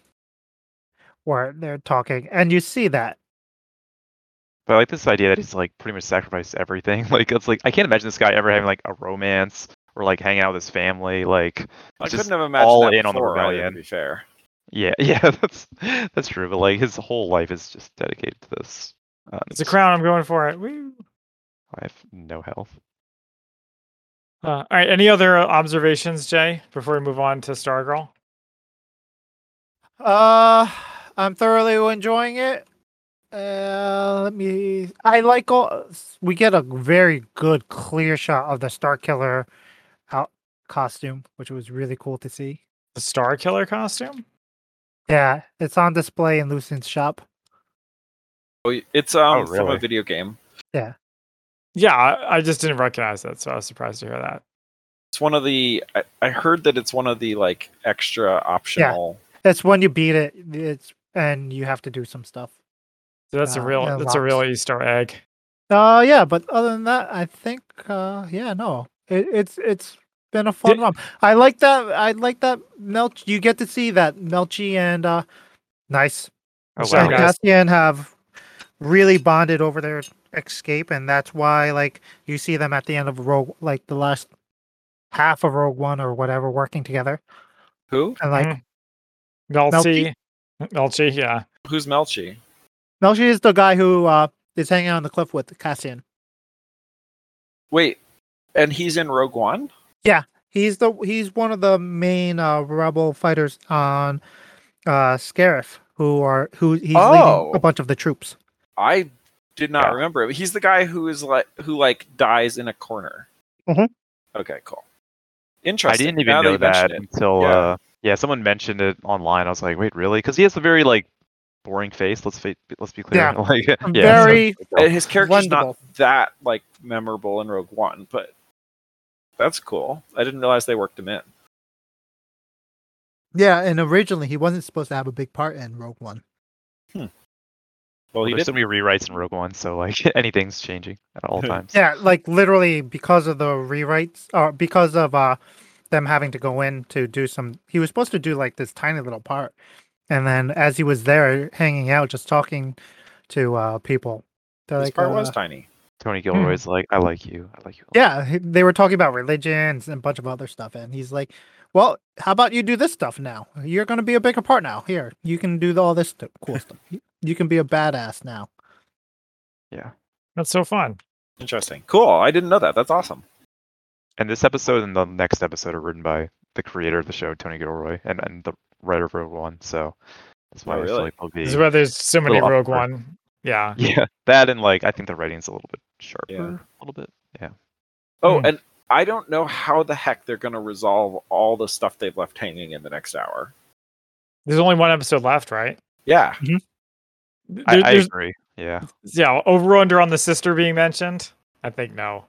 where they're talking and you see that But I like this idea that he's like pretty much sacrificed everything. Like it's like I can't imagine this guy ever having like a romance or like hanging out with his family. Like I Just couldn't have imagined all that in on the before, either, rebellion. To be fair, yeah, yeah, that's that's true. But like his whole life is just dedicated to this. Uh, and It's a just- crown. I'm going for it. Woo! I have no health. Uh, all right. Any other uh, observations, Jay, before we move on to Stargirl? uh i'm thoroughly enjoying it uh let me i like all we get a very good clear shot of the star killer out costume which was really cool to see The Star Killer costume? yeah it's on display in lucian's shop oh, y- it's um Oh, from a really? video game. Yeah, I, I just didn't recognize that, so I was surprised to hear that. It's one of the. I, I heard that it's one of the like extra optional. it's when you beat it it's and you have to do some stuff So that's a Uh, real yeah, that's a lots. real Easter egg. Uh, yeah, but other than that, I think uh, yeah, no, it, it's it's been a fun Did- romp. I like that. I like that Melch. You get to see that Melchi and uh, nice Oh So, wow. and guys. Cassian have really bonded over their escape, and that's why like you see them at the end of Rogue, like the last half of Rogue One or whatever, working together, Who? and like Mhm. Melchi. Melchi, yeah. Who's Melchi? Melchi is the guy who uh is hanging on the cliff with Cassian. Wait, and he's in Rogue One. He's the he's one of the main uh, rebel fighters on uh Scarif who are who he's leading Oh. a bunch of the troops. I did not Yeah. remember him. He's the guy who is like who like dies in a corner. Mhm. Okay, cool. I Interesting. didn't even Now know you that mention it. until Yeah. yeah. uh yeah, someone mentioned it online. I was like, wait, really? Because he has a very like boring face. Let's fa- let's be clear. Yeah. Like, yeah, so- Very And his character's Wonderful. not that like memorable in Rogue One, but that's cool. I didn't realize they worked him in. yeah, and originally he wasn't supposed to have a big part in Rogue One. Well, he did. There's so many rewrites in Rogue One, so like anything's changing at all times. Yeah, like literally because of the rewrites or because of uh them having to go in to do some he was supposed to do like this tiny little part. And then as he was there hanging out just talking to uh people. they're His like, part uh, was tiny. Tony Mm-hmm. Gilroy's like, I like you. I like you. a lot." Yeah, he- they were talking about religions and a bunch of other stuff, and he's like, "Well, how about you do this stuff now? You're going to be a bigger part now. Here, you can do all this stu- cool stuff. You- You can be a badass now." Yeah. That's so fun. Interesting. Cool. I didn't know that. That's awesome. And this episode and the next episode are written by the creator of the show, Tony Gilroy, and, and the writer of Rogue One. So that's why Oh, I really? feel like they'll be. This is where there's so many Little Rogue awkward. One. Yeah. Yeah, that and like I think the writing's a little bit sharper, a little bit. Yeah. Oh, Hmm. and I don't know how the heck they're going to resolve all the stuff they've left hanging in the next hour. There's only one episode left, right? Yeah. I, There- I there's- agree. Yeah. yeah, over under on the sister being mentioned. I think no.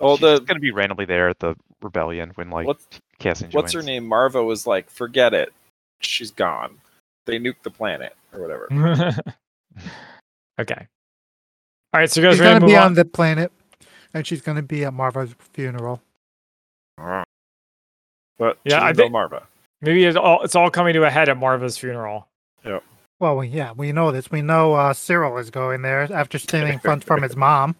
Well, She's just the gonna be randomly there at the rebellion when like what's Cassian joins. what's her name? Marva was like, forget it. She's gone. They nuked the planet or whatever. okay. All right, so you guys She's are ready going to to move be on? on the planet, and she's going to be at Marva's funeral. But Hmm. Yeah, yeah, I I think- Marva. Maybe it's all it's all coming to a head at Marva's funeral. Well, we, yeah, we know this. We know uh, Cyril is going there after stealing funds from his mom.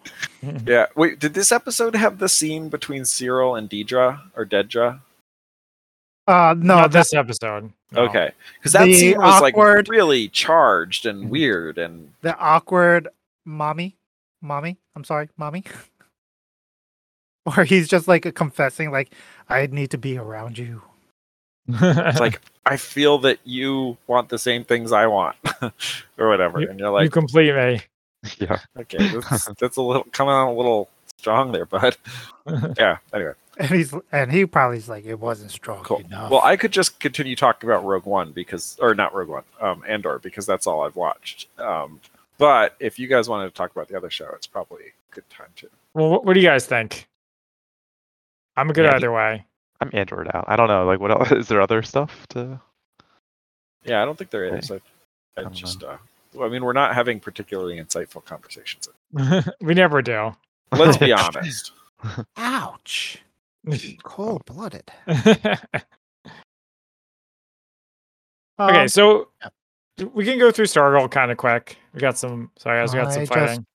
Yeah. Wait, did this episode have the scene between Cyril and Deidre or Dedra? Uh, no, Not that, this episode. no. Okay. Because that The scene was awkward- like really charged Mhm. Hmm. and weird and the awkward mommy, mommy. I'm sorry, mommy. Or he's just like confessing, like, I need to be around you. it's like I feel that you want the same things I want or whatever. and you're like you complete me. Yeah. Okay, that's, that's a little coming on a little strong there, bud. Yeah. Anyway, And he's and he probably is like it wasn't strong cool. enough. Well, I could just continue talking about Rogue One because, or not Rogue One, um, Andor because that's all I've watched. Um, but if you guys wanted to talk about the other show, it's probably a good time to. Well, what, what do you guys think? I'm good Yeah, either way. I'm Android out. I don't know. Like what else is there other stuff to Yeah, I don't think there is. I, I don't just, uh, well, I mean, we're not having particularly insightful conversations. we never do. Let's be honest. ouch, cold blooded. okay, Um, so we can go through Stargirl kind of quick. We got some. Sorry, guys, we got I some just- fighting.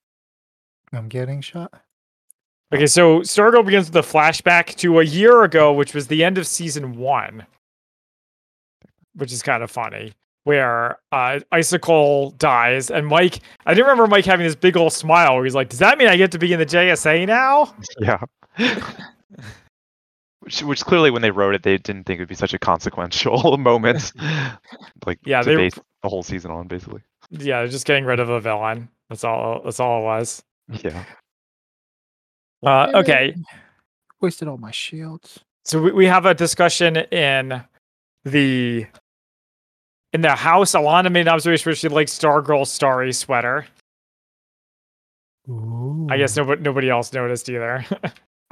I'm getting shot. Okay, so Stargirl begins with a flashback to a year ago, which was the end of season one, which is kind of funny, where uh, Icicle dies. And Mike, I didn't remember Mike having this big old smile where he's like, Does that mean I get to be in the JSA now? Yeah. Which, which clearly, when they wrote it, they didn't think it would be such a consequential moment, like Yeah, to they were- base the whole season on, basically. Yeah, just getting rid of a villain. That's all that's all it was. Yeah, Uh, Hey, okay. Wasted all my shields. So we, we have a discussion in the in the house. Alana made an observation where she likes Stargirl's starry sweater. Ooh. I guess nobody nobody else noticed either.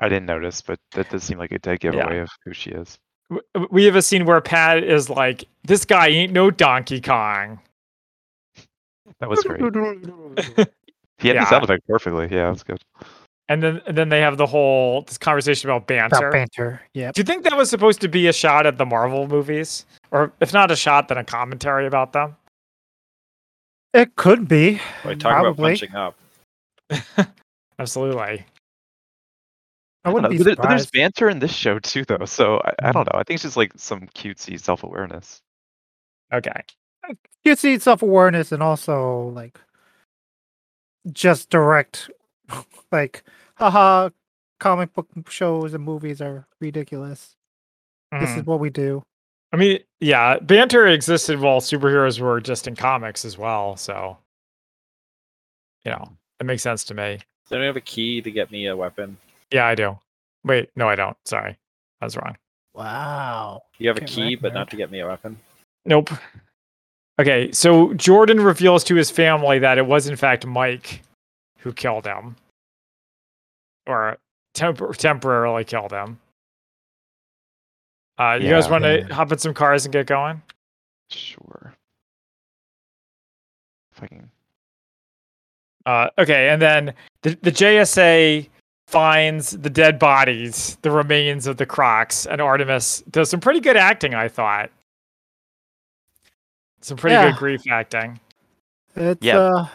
I didn't notice, but that does seem like a dead giveaway of who she is. w- we have a scene where Pat is like, "This guy ain't no Donkey Kong." That was great. He had Yeah. the sound effect perfectly. Yeah, that's good. And then and then they have the whole this conversation about About banter. banter. Yep. Do you think that was supposed to be a shot at the Marvel movies? Or if not a shot, then a commentary about them? It could be. Like, talk about Probably. punching up. Absolutely. I don't wouldn't be know, but, there- but there's surprised. Mm-hmm. banter in this show too, though. So I, I don't know. I think it's just like some cutesy self-awareness. Okay. You see self awareness and also like just direct, like, haha, comic book shows and movies are ridiculous. This Mhm. is what we do. I mean, yeah, banter existed while superheroes were just in comics as well. So, you know, it makes sense to me. Don't you have a key to get me a weapon? Yeah, I do. Wait, no, I don't. Sorry. I was wrong. Wow. You have a Can't key, but recommend. not to get me a weapon. Nope. Okay, so Jordan reveals to his family that it was, in fact, Mike who killed him or tempor- temporarily killed him. Uh, you guys Yeah. want to Yeah. hop in some cars and get going? Sure. If I can. Uh, okay, and then the, the JSA finds the dead bodies, the remains of the Crocs, and Artemis does some pretty good acting, I thought. Some pretty Yeah. good grief acting. It's Yeah. uh,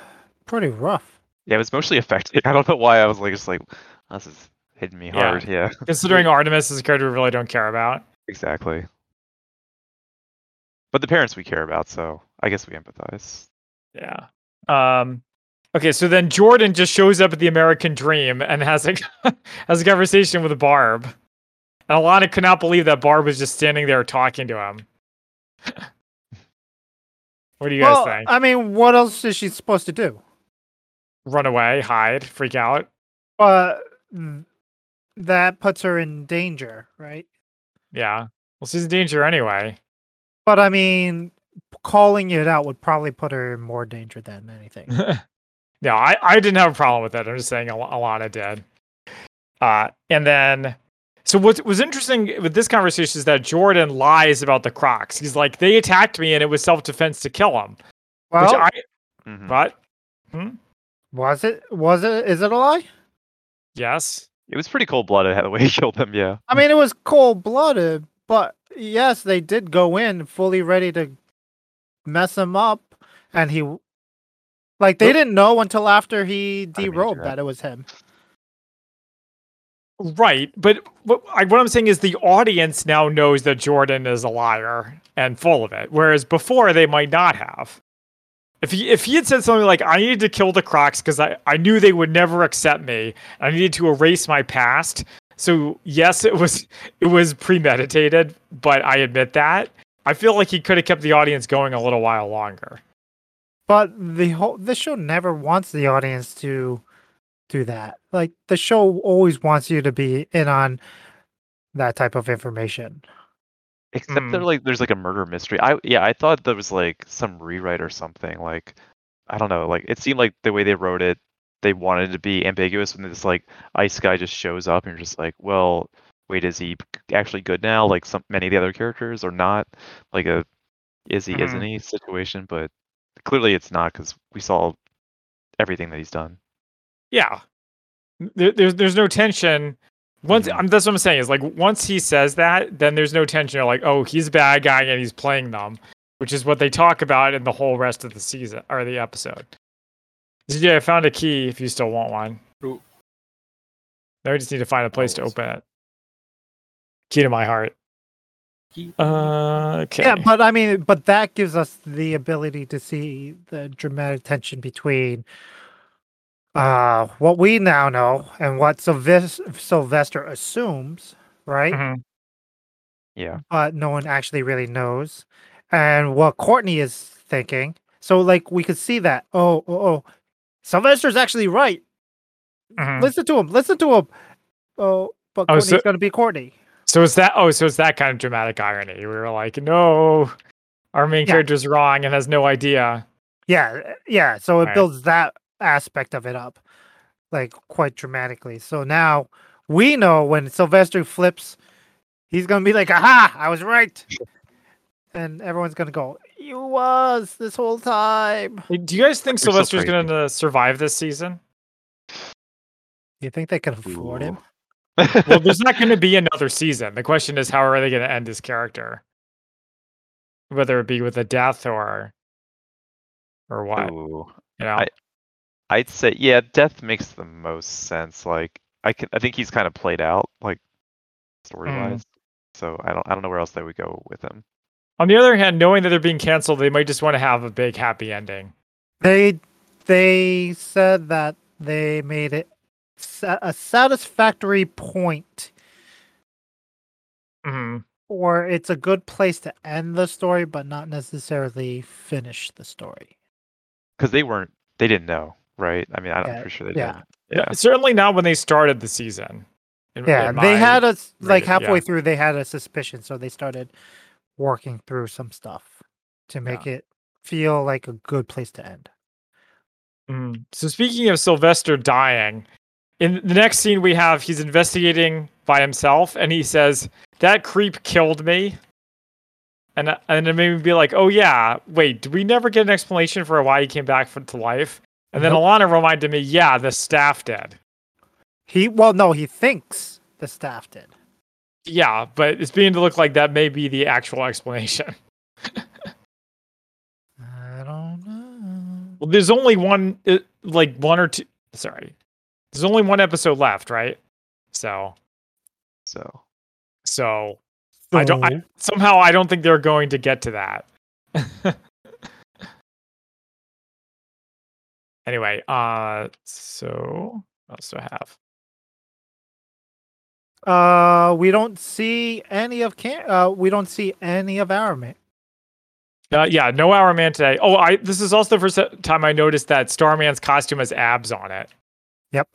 pretty rough. Yeah, it was mostly effective. I don't know why. I was like, just like, this is hitting me Yeah. hard. Yeah, Considering Artemis is a character we really don't care about. exactly. But the parents we care about, so I guess we empathize. Yeah. Um okay, so then Jordan just shows up at the American Dream and has a has a conversation with Barb. And Alana could not believe that Barb was just standing there talking to him. what do you well, guys think? I mean, what else is she supposed to do? Run away, hide, freak out. But that puts her in danger, right? Yeah. Well, she's in danger anyway. But I mean, calling it out would probably put her in more danger than anything. No, I, I didn't have a problem with that. I'm just saying Al- Alana did. Uh, and then, so what was interesting with this conversation is that Jordan lies about the Crocs. He's like, they attacked me and it was self defense to kill him. well, which I, Mhm. but was it? Was it? Is it a lie? yes, It was pretty cold blooded how the way he killed them. Yeah. I mean, it was cold blooded, but yes, they did go in fully ready to mess him up, and he, like, they Look- didn't know until after he I mean, derobed yeah. that it was him. right. But what, I, what I'm saying is the audience now knows that Jordan is a liar and full of it, whereas before they might not have. If he, if he had said something like, I needed to kill the Crocs because I, I knew they would never accept me. I needed to erase my past. So yes, it was it was premeditated, but I admit that. I feel like he could have kept the audience going a little while longer. But the whole this show never wants the audience to do that. Like the show always wants you to be in on that type of information. Except there like there's like a murder mystery. I yeah, I thought there was like some rewrite or something. Like I don't know. Like it seemed like the way they wrote it, they wanted to be ambiguous when this like ice guy just shows up and you're just like, well, wait, is he actually good now? Like some many of the other characters or not? Like a is he isn't he situation? But clearly it's not because we saw everything that he's done. yeah there, there's there's no tension once Mm-hmm. Mhm. I'm, that's what i'm saying is like once he says that then there's no tension you're like oh he's a bad guy and he's playing them which is what they talk about in the whole rest of the season or the episode yeah i found a key if you still want one Ooh. now we just need to find a place Always. to open it key to my heart Key. uh, okay Yeah, but I mean, but that gives us the ability to see the dramatic tension between uh what we now know and what Sylvis- Sylvester assumes, right? Mhm. Yeah. but no one actually really knows, and what Courtney is thinking. So like we could see that. Oh, oh, oh, Sylvester's actually right. Mhm. Listen to him. Listen to him. Mm-hmm. Oh, but Oh, Courtney's so- gonna be Courtney. So it's that. Oh, so it's that kind of dramatic irony. We were like, no, our main Yeah. character's wrong and has no idea. Yeah, uh, yeah. So it Right. builds that aspect of it up, like quite dramatically. So now we know when Sylvester flips, he's gonna be like, "Aha! I was right," and everyone's gonna go, You was this whole time. Do you guys think You're so Sylvester's crazy. going to survive this season? You think they can afford him? Well, there's not going to be another season. The question is, how are they going to end his character? Whether it be with a death or, or what? Ooh. You know, I- I'd say yeah, death makes the most sense. Like I can, I think he's kind of played out, like story wise. So I don't, I don't know where else they would go with him. On the other hand, knowing that they're being canceled, they might just want to have a big happy ending. They they said that they made it sa- a satisfactory point, Mhm. or it's a good place to end the story, but not necessarily finish the story. because they weren't they didn't know right i mean I don't- i'm Yeah, pretty sure they yeah. didn't No, yeah Certainly not when they started the season. in- Yeah, in they my- had us like reading, yeah. halfway through. They had a suspicion, so they started working through some stuff to make it feel like a good place to end. Mm. So speaking of Sylvester dying, in the next scene we have he's investigating by himself, and he says that creep killed me. And I- and it made me be like, oh yeah, wait, did we never get an explanation for why he came back for, to life? And then Nope. Alana reminded me, yeah, the staff did. He well, no, he thinks the staff did. Yeah, but it's beginning to look like that may be the actual explanation. I don't know. Well, there's only one, uh, like one or two. Sorry, there's only one episode left, right? So, so so I don't. I, somehow, I don't think they're going to get to that. anyway, uh, so what else do I have? Uh, we don't see any of can. Uh, we don't see any of our man. Uh, yeah, no hour man today. Oh, I. This is also the first time I noticed that Starman's costume has abs on it. Yep.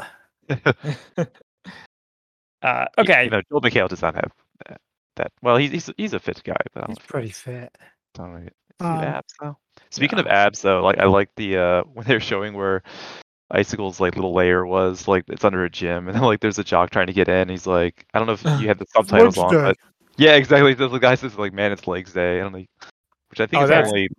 Uh, okay. you know joel McHale does not have that, that well he's, he's he's a fit guy but I He's don't know if pretty he's- fit. don't really- Um, Dude, abs though. Speaking of abs though, like I like the uh when they're showing where Icicle's like little layer was, like it's under a gym and then like there's a jock trying to get in. He's like I don't know if you had the subtitles on, Lunch but yeah, exactly. The guy says like man it's legs day and I'm like which I think Oh, is that's- only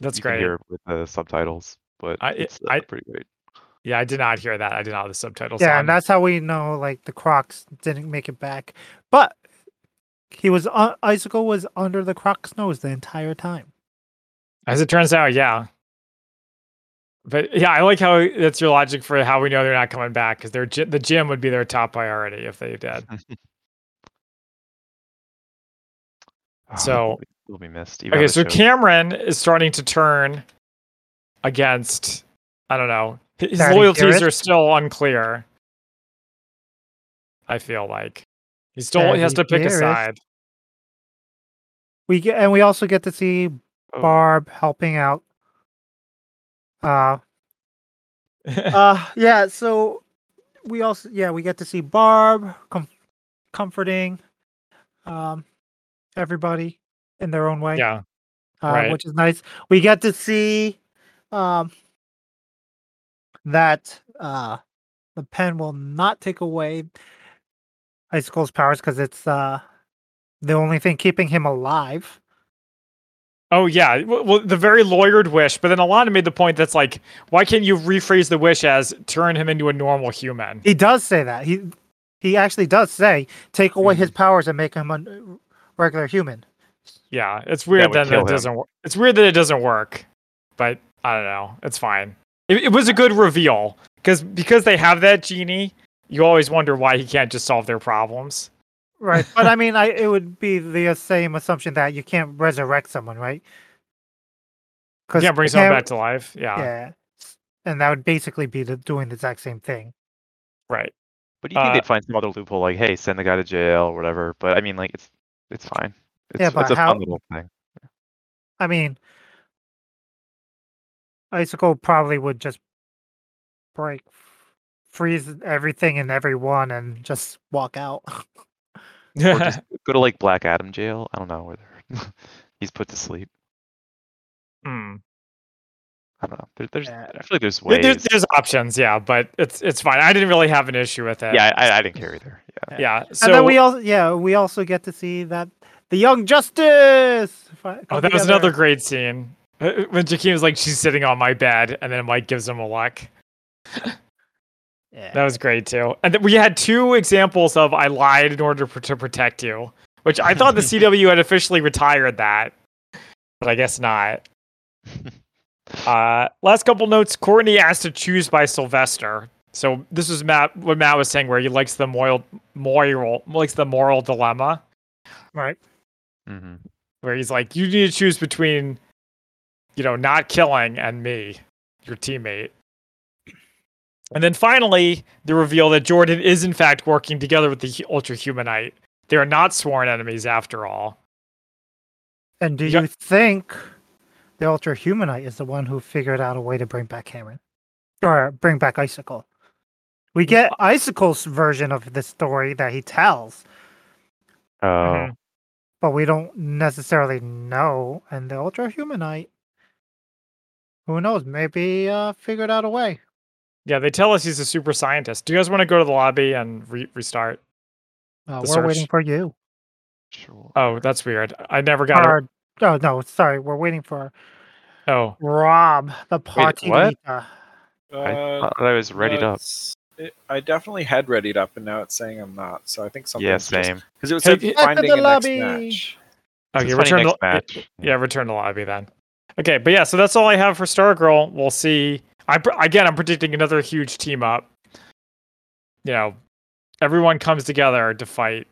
That's you can great. hear with the subtitles, but I- it's uh, I- pretty great. Yeah, I did not hear that. I did not have the subtitles. yeah, on. and that's how we know like the Crocs didn't make it back, but he was un- icicle was under the Crocs nose the entire time. As it turns out, yeah. But yeah, I like how that's your logic for how we know they're not coming back because their gy- the gym would be their top priority if they did. Ah, So- we'll be- we'll be missed. even on Okay, the so show. Cameron is starting to turn against I don't know. His Daddy loyalties Garrett? are still unclear. I feel like he still he has to Daddy pick a Garrett. side. We get and we also get to see Oh. Barb helping out. Uh, uh yeah so we also yeah we get to see barb com- comforting um everybody in their own way yeah, uh, right. which is nice we get to see um that uh the pen will not take away icicle's powers because it's uh the only thing keeping him alive Oh yeah, well, well, the very lawyered wish, but then Alana made the point that's like, why can't you rephrase the wish as turn him into a normal human? he does say that he he actually does say take away his powers and make him a regular human Yeah, it's weird would that, kill it him. doesn't. Wor- it's weird that it doesn't work, but I don't know. It's fine. It, it was a good reveal because because they have that genie, you always wonder why he can't just solve their problems. Right, but I mean, I it would be the same assumption that you can't resurrect someone, right? You Because can't bring someone back to life. Yeah, Yeah, and that would basically be the, doing the exact same thing. right. But do you think uh, they'd find some other loophole, like hey, send the guy to jail or whatever? But I mean, like it's it's fine. It's, but it's a how- fun little thing. I mean, Icicle probably would just break, freeze everything and everyone, and just walk out. Or just go to like Black Adam jail. I don't know where they're- he's put to sleep. Hmm. I don't know. There, there's Yeah. I feel like there's There- ways. There's, there's options. Yeah, but it's it's fine. I didn't really have an issue with it. yeah, I, I didn't care either. Yeah. yeah. So and then we also yeah we also get to see that the Young Justice. Fi- Oh, come that was together. another great scene. Uh, When Jakeem's like, she's sitting on my bed, and then Mike gives him a lock. Yeah. That was great too. And th- we had two examples of I lied in order pr- to protect you, which I thought the CW had officially retired that, but I guess not. Uh, last couple notes: Courtney asked to choose by Sylvester. So this was Matt. What Matt was saying, where he likes the moral, moral, likes the moral dilemma, right. hmm where he's like, you need to choose between, you know, not killing and me, your teammate. And then finally, the reveal that Jordan is in fact working together with the hu- Ultra Humanite. They are not sworn enemies after all. And do Yeah. you think the Ultra Humanite is the one who figured out a way to bring back Cameron or bring back Icicle? We Mm, get uh Icicle's version of the story that he tells, Oh, Mhm. but we don't necessarily know. And the Ultra Humanite, who knows? Maybe uh, figured out a way. Yeah, they tell us he's a super scientist. Do you guys want to go to the lobby and re- restart? Uh, The we're search. waiting for you. sure. Oh, that's weird. I never got it. Or- oh no, sorry, we're waiting for Oh, Rob, the party what? leader. I Uh, thought I was readied up. let's- It, I definitely had readied up, and now it's saying I'm not. So I think something. Yeah, same. Because it was Hey, said get back to finding the a next lobby. match. It's Okay, funny return next to match. yeah, return to lobby then. Okay, but yeah, so that's all I have for Stargirl. We'll see. I pr- again, I'm predicting another huge team up. You know, everyone comes together to fight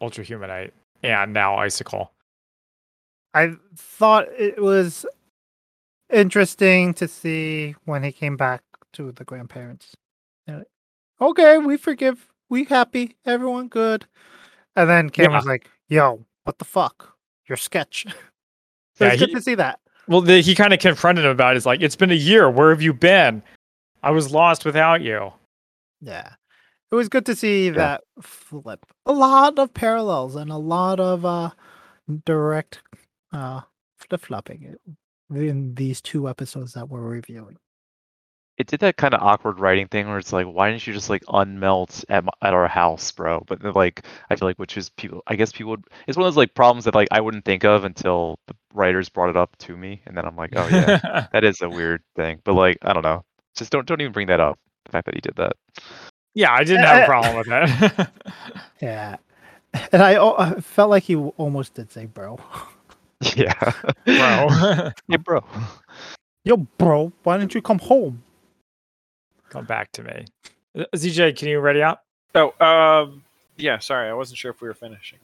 Ultra Humanite and now Icicle. I thought it was interesting to see when he came back to the grandparents. They're like, okay, we forgive, we happy, everyone good. And then Yeah. Cameron's like, "Yo, what the fuck? Your sketch." so Yeah, it's he- good to see that. Well, the, he kind of confronted him about. It. It's like it's been a year. Where have you been? I was lost without you. Yeah, it was good to see that flip. A lot of parallels and a lot of uh direct uh flip flopping in these two episodes that we're reviewing. It did that kind of awkward writing thing where it's like, why didn't you just like unmelt at my, at our house, bro? But then, like, I feel like which is people. I guess people. Would, it's one of those like problems that like I wouldn't think of until the writers brought it up to me, and then I'm like, oh yeah, that is a weird thing. But like, I don't know. Just don't don't even bring that up. The fact that he did that. yeah, I didn't have a problem with that. Yeah. And I, al- I felt like he w- almost did say, bro. Yeah, Bro, yeah, bro. Yo, bro, why don't you come home? come back to me. Uh, ZJ, can you ready up? Oh, um, yeah. Sorry, I wasn't sure if we were finishing.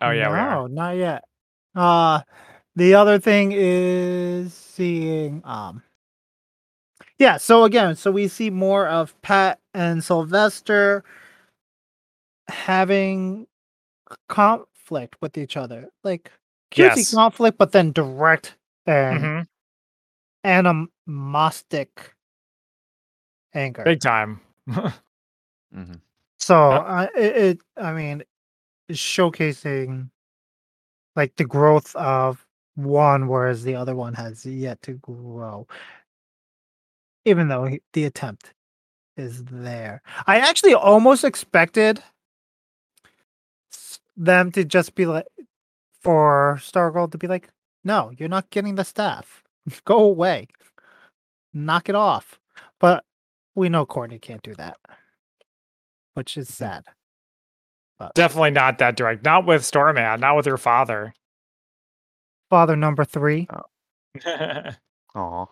Oh yeah, we are. No, not yet. Uh, the other thing is seeing, um, yeah, so again, so we see more of Pat and Sylvester having c- conflict with each other. Like, cutesy Yes. conflict, but then direct and hmm animostic anger. Big time. hmm So uh, it, it, I mean, it's showcasing like the growth of one, whereas the other one has yet to grow. Even though he, the attempt is there, I actually almost expected s- them to just be like, for Stargirl to be like, "No, you're not getting the staff. Go away. Knock it off." But we know Courtney can't do that which is sad. Definitely not that direct. Not with Starman. Not with her father. Father number three. Aw.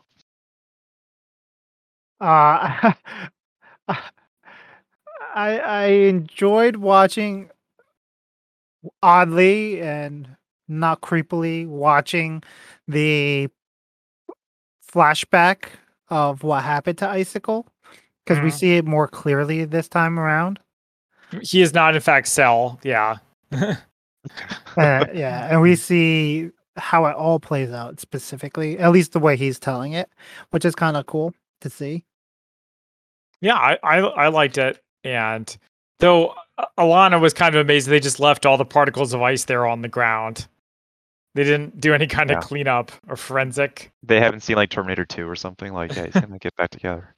Uh, I I enjoyed watching oddly and not creepily watching the flashback of what happened to Icicle because we Mhm. see it more clearly this time around. he is not, in fact, Cell. Yeah. Uh, yeah, and we see how it all plays out specifically, at least the way he's telling it, which is kind of cool to see. Yeah, I, I, I liked it. And though uh, Alana was kind of amazed, they just left all the particles of ice there on the ground. They didn't do any kind Yeah. of cleanup or forensic. They haven't seen like Terminator 2 or something. Like, yeah, he's gonna get back together.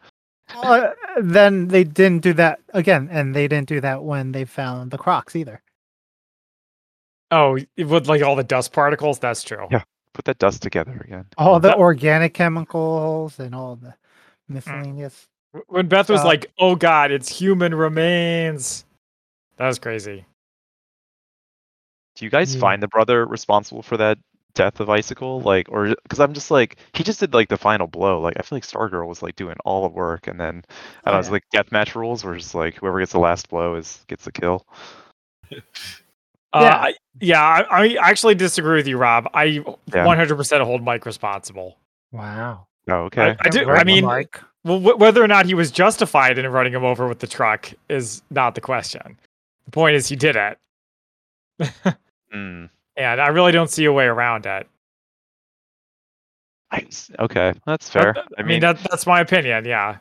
Well, uh, then they didn't do that again, and they didn't do that when they found the Crocs either. Oh, it would like all the dust particles. That's true. Yeah. Put that dust together again. all the That- Mm. organic chemicals and all the miscellaneous. W- When Beth was Uh, like, "Oh God, it's human remains," that was crazy. Do you guys Yeah. find the brother responsible for that death of Icicle? Like, or because I'm just like, he just did like the final blow. Like, I feel like Stargirl was like doing all the work, and then I don't know, Oh, it's like deathmatch rules where it's like whoever gets the last blow is gets the kill. Uh, Yeah. I- yeah. I, I actually disagree with you, Rob. I Yeah. 100% hold Mike responsible. Wow. Oh, okay. I do. Right, I mean, Mike. Well, wh- whether or not he was justified in running him over with the truck is not the question. The point is he did it, Mm, and I really don't see a way around it. I s- okay, that's That- fair. that- I mean, that, that's my opinion. Yeah.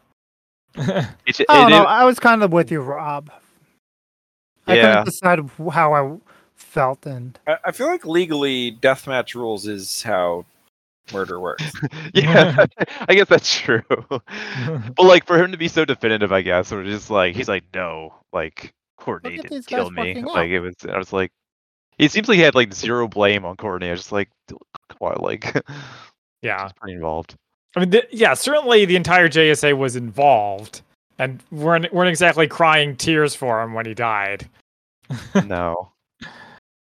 it, ju- I don't it- know. Oh, it- I was kind of with you, Rob. I Yeah. couldn't decide wh- how I felt, and I, I feel like legally, deathmatch rules is how murder works. yeah, I guess that's true. but like for him to be so definitive, I guess, or just like he's like, no, like Courtney these didn't guys kill me. fucking up. Like it was, I was like, it seems like he had like zero blame on Courtney. I was just like, "D- come on, like, yeah. she's pretty involved. I mean, th- yeah, certainly the entire JSA was involved, and weren't weren't exactly crying tears for him when he died. no,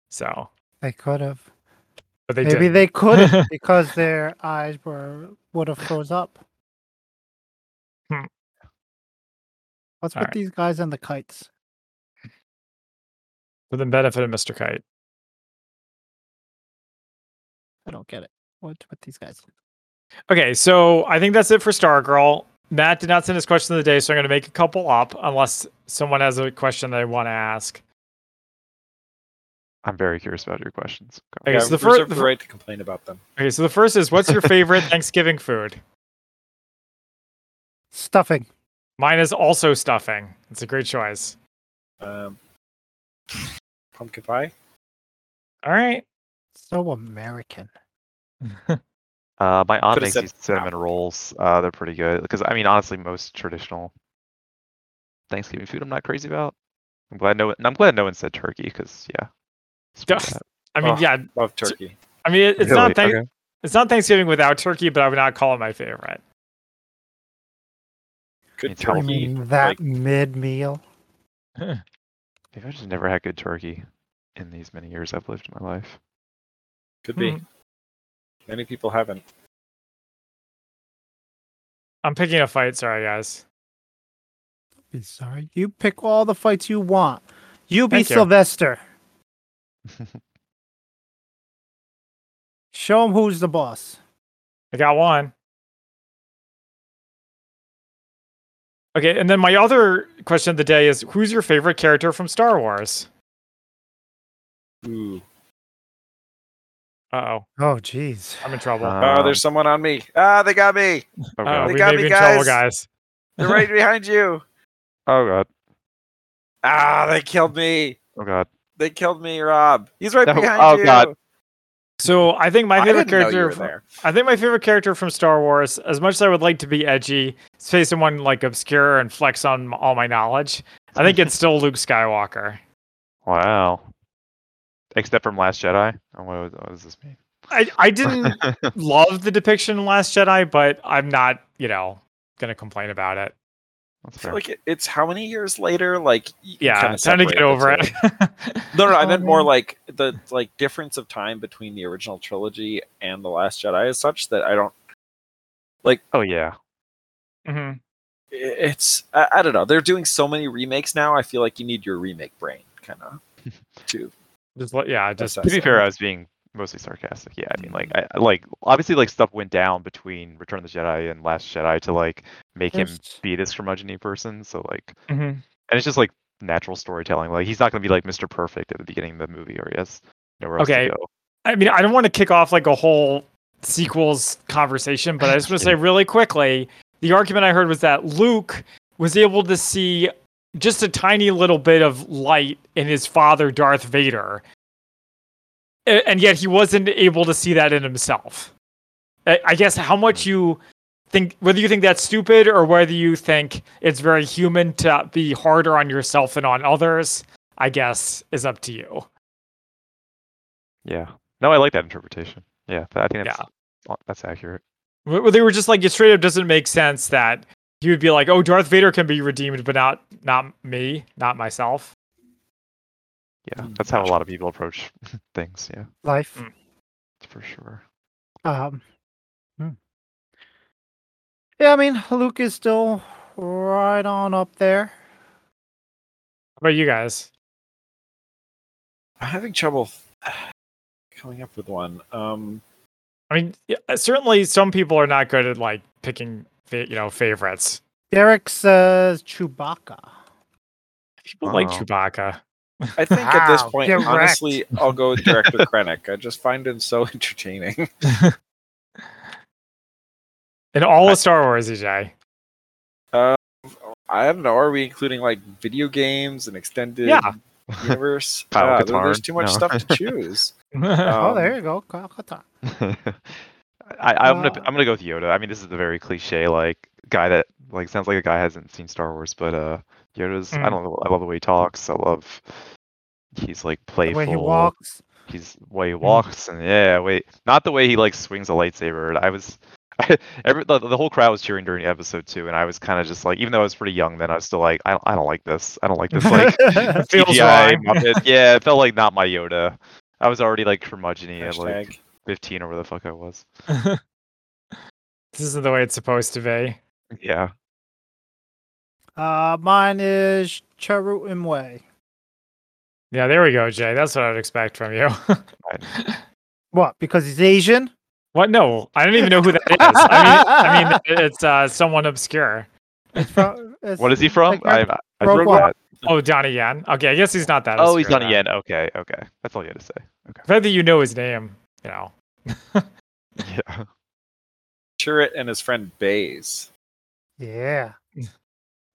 So, they could have. but they Maybe did. they could have because their eyes were would have froze up. Hmm. What's All with right. these guys and the kites? For the benefit of Mr. Kite. I don't get it. What's with these guys? Okay, so I think that's it for Stargirl. Matt did not send his question of the day, so I'm going to make a couple up unless someone has a question they want to ask. I'm very curious about your questions. Go. Okay, Yeah, so the reserve first, the right to complain about them. okay, so the first is what's your favorite Thanksgiving food? Stuffing. Mine is also stuffing. It's a great choice. Um, pumpkin pie. All right. So American. Uh, my aunt Could've makes said these cinnamon rolls. Uh, they're pretty good because I mean, honestly, most traditional Thanksgiving food I'm not crazy about. I'm glad no, I'm glad no one said turkey because yeah, screw Duh. that. I mean, Oh. yeah, Love turkey. I mean, it, it's Really? not thank- Okay. it's not Thanksgiving without turkey, but I would not call it my favorite. Good It's healthy. I turkey. mean that like- mid meal. Maybe I just never had good turkey in these many years I've lived my life. Could be. Hmm. Many people haven't. I'm picking a fight. Sorry, guys. Be sorry. You pick all the fights you want. You be Thank you. Sylvester. Show him who's the boss. I got one. Okay, and then my other question of the day is who's your favorite character from Star Wars? Ooh. Uh oh, Oh, jeez. I'm in trouble. Oh, Um, there's someone on me. Ah, they got me. oh oh, god. we got may me, be in trouble, guys. They're right behind you. Oh god. Ah, they killed me. Oh god. They killed me, Rob. He's right No. behind Oh, you. God. So I think my I favorite didn't know you character were fr- there. I think my favorite character from Star Wars, as much as I would like to be edgy, say someone like obscure and flex on m- all my knowledge, I think it's still Luke Skywalker. Wow. Except from Last Jedi. Oh, what, was- what does this mean? I, I didn't love the depiction in Last Jedi, but I'm not, you know, gonna complain about it. That's I feel fair. like it, it's how many years later? Like you can Yeah, kinda it's time to separate get the over two. it. No, no, I Oh, meant more man. like the like difference of time between the original trilogy and the Last Jedi is such that I don't. oh yeah. hmm i- It's I, I don't know. They're doing so many remakes now. I feel like you need your remake brain, kind of. To Just let, yeah, just assess To be it. fair, I was being mostly sarcastic. Yeah, I mean, like, I, I- like obviously, like stuff went down between Return of the Jedi and Last Jedi to like make him There's- be this curmudgeony person. So like, hmm and it's just like natural storytelling. Like, he's not gonna be like Mr. Perfect at the beginning of the movie, or yes, nowhere else Okay. to go. I mean, I don't want to kick off like a whole sequels conversation, but I just want to say really quickly the argument I heard was that Luke was able to see just a tiny little bit of light in his father, Darth Vader. A- And yet he wasn't able to see that in himself. I I guess how much you think, whether you think that's stupid or whether you think it's very human to be harder on yourself than on others, I guess is up to you. Yeah. No, I like that interpretation. Yeah, I think that's Yeah. uh, that's accurate. Well, they were just like, it straight up doesn't make sense that he would be like, oh, Darth Vader can be redeemed, but not not me, not myself. Yeah, Mm, that's how a lot of people approach things. Yeah, Life. Mm. for sure. Um. hmm. Yeah, I mean, Luke is still right on up there. How about you guys? I'm having trouble coming up with one. Um, I mean, yeah, uh, certainly some people are not good at like picking, fa- you know, favorites. Derek says Chewbacca. People like Wow. Chewbacca. I think at this Wow, point, direct. honestly, I'll go with director Krennic. I just find him so entertaining. In all of Star Wars, E EJ. I don't know. Are we including like video games and extended Yeah. universe? Kyle Ah, there- Katarn? there's too much No. stuff to choose. oh, Um, there you go. Calcutta. I, I'm gonna Uh, I'm gonna go with Yoda. I mean, this is the very cliche like guy that like sounds like a guy hasn't seen Star Wars, but uh, Yoda's I Mm. don't know. I love the way he talks. I love he's like The playful. way he walks. He's way he walks and yeah, wait, not the way he like swings a lightsaber. I was. every, the, the whole crowd was cheering during episode two, and I was kind of just like, even though I was pretty young then, I was still like, I, I don't like this. I don't like this. Like, Feels CGI wrong. Muppet. yeah, it felt like not my Yoda. I was already like curmudgeon at like Hashtag. 15 or where the fuck I was. this isn't the way it's supposed to be. Yeah. Uh, mine is Cheru Imwe. Yeah, there we go, Jay. That's what I'd expect from you. What? Because he's Asian. what? No, I don't even know who that is. I mean, I mean, it's uh, someone obscure. It's from, it's, What is he from? Like, I, I Rogue wrote One. that. Oh, Donnie Yen. Okay, I guess he's not that. Oh, he's obscure done then. again. Okay, okay. That's all you had to say. The fact that you know his name, you know. Yeah. Turret and his friend Baze. Yeah. Mm.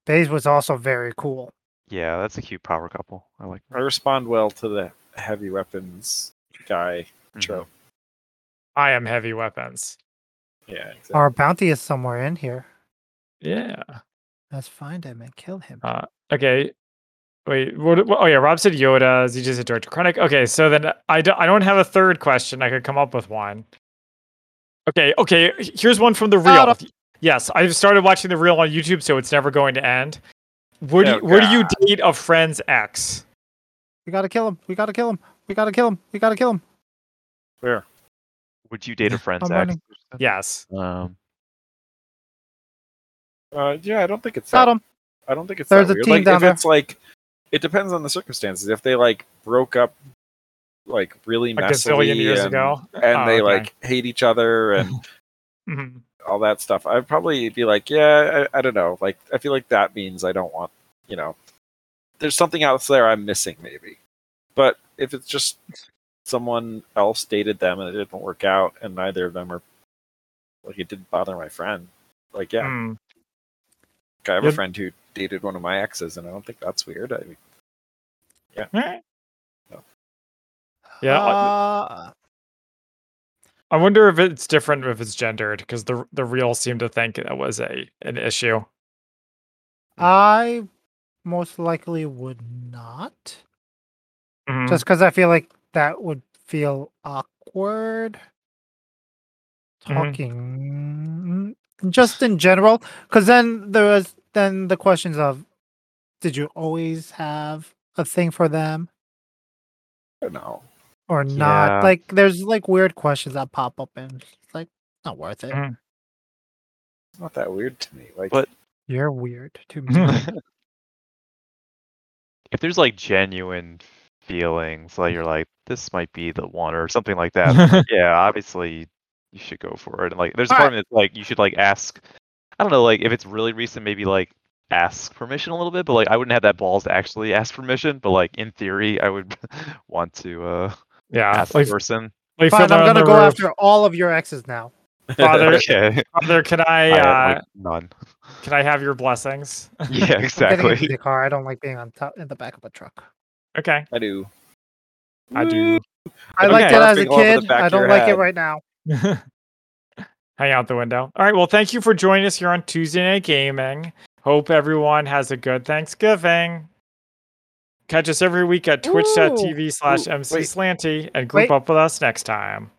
Baze was also very cool. Yeah, that's a cute power couple. I like I respond well to the heavy weapons guy that. trope. I am heavy weapons. Yeah, exactly. Our bounty is somewhere in here. Yeah. Let's find him and kill him. Uh, Okay. Wait. What, what- oh yeah. Rob said Yoda. ZJ said Director Chronic. Okay. So then I, do, I don't have a third question. I could come up with one. Okay. Okay. h- Here's one from the Out real. Yes, I've started watching the real on YouTube, so it's never going to end. Would Oh, you, where do you date a friend's ex? We gotta kill him. We gotta kill him. We gotta kill him. We gotta kill him. Where? Would you date a friend's I'm ex? running. Yes. Um, Uh, yeah, I don't think it's Got that. him. I don't think it's There's that a weird. team Like, down if there. it's like, it depends on the circumstances. If they like broke up, like really A gazillion messily years and, ago. and Oh, they okay. like hate each other and Mhm. all that stuff, I'd probably be like, yeah, I, I don't know. Like, I feel like that means I don't want, you know, there's something else there I'm missing, maybe. But if it's just someone else dated them and it didn't work out, and neither of them are, like, it didn't bother my friend. Like, yeah, Mm. like, I have a Yeah. friend who dated one of my exes, and I don't think that's weird. I mean, Eh. Yeah. I- Uh, I wonder if it's different if it's gendered because the the real seemed to think that was a an issue. I most likely would not, Just 'cause Mhm. just because I feel like that would feel awkward. Talking Mhm. just in general, because then there was then the questions of, did you always have a thing for them? I don't know. or not. Yeah. Like there's like weird questions that pop up and it's like not worth it. Mm. It's not that weird to me. Like, But- You're weird to me. if there's like genuine feelings, like you're like, this might be the one or something like that. yeah, obviously you should go for it. And like, there's a All part of me that's like, you should like ask. I don't know, like if it's really recent, maybe like ask permission a little bit. But like, I wouldn't have that balls to actually ask permission. But like in theory, I would want to uh, yeah, ask like, the person. like Fine, Fiddler I'm on gonna the go Roof. after all of your exes now. Father, Okay, Father, can I, I, uh, like, none. can I have your blessings? Yeah, I'm getting into exactly. the car. I don't like being on top in the back of a truck. Okay, I do. I do. Mm. I Okay. liked it as a Barfing all over the kid. back I of don't your like it head. right now. Hang out the window. All right. Well, thank you for joining us here on Tuesday Night Gaming. Hope everyone has a good Thanksgiving. Catch us every week at twitch.tv slash Ooh, wait. mcslanty and group Wait. up with us next time.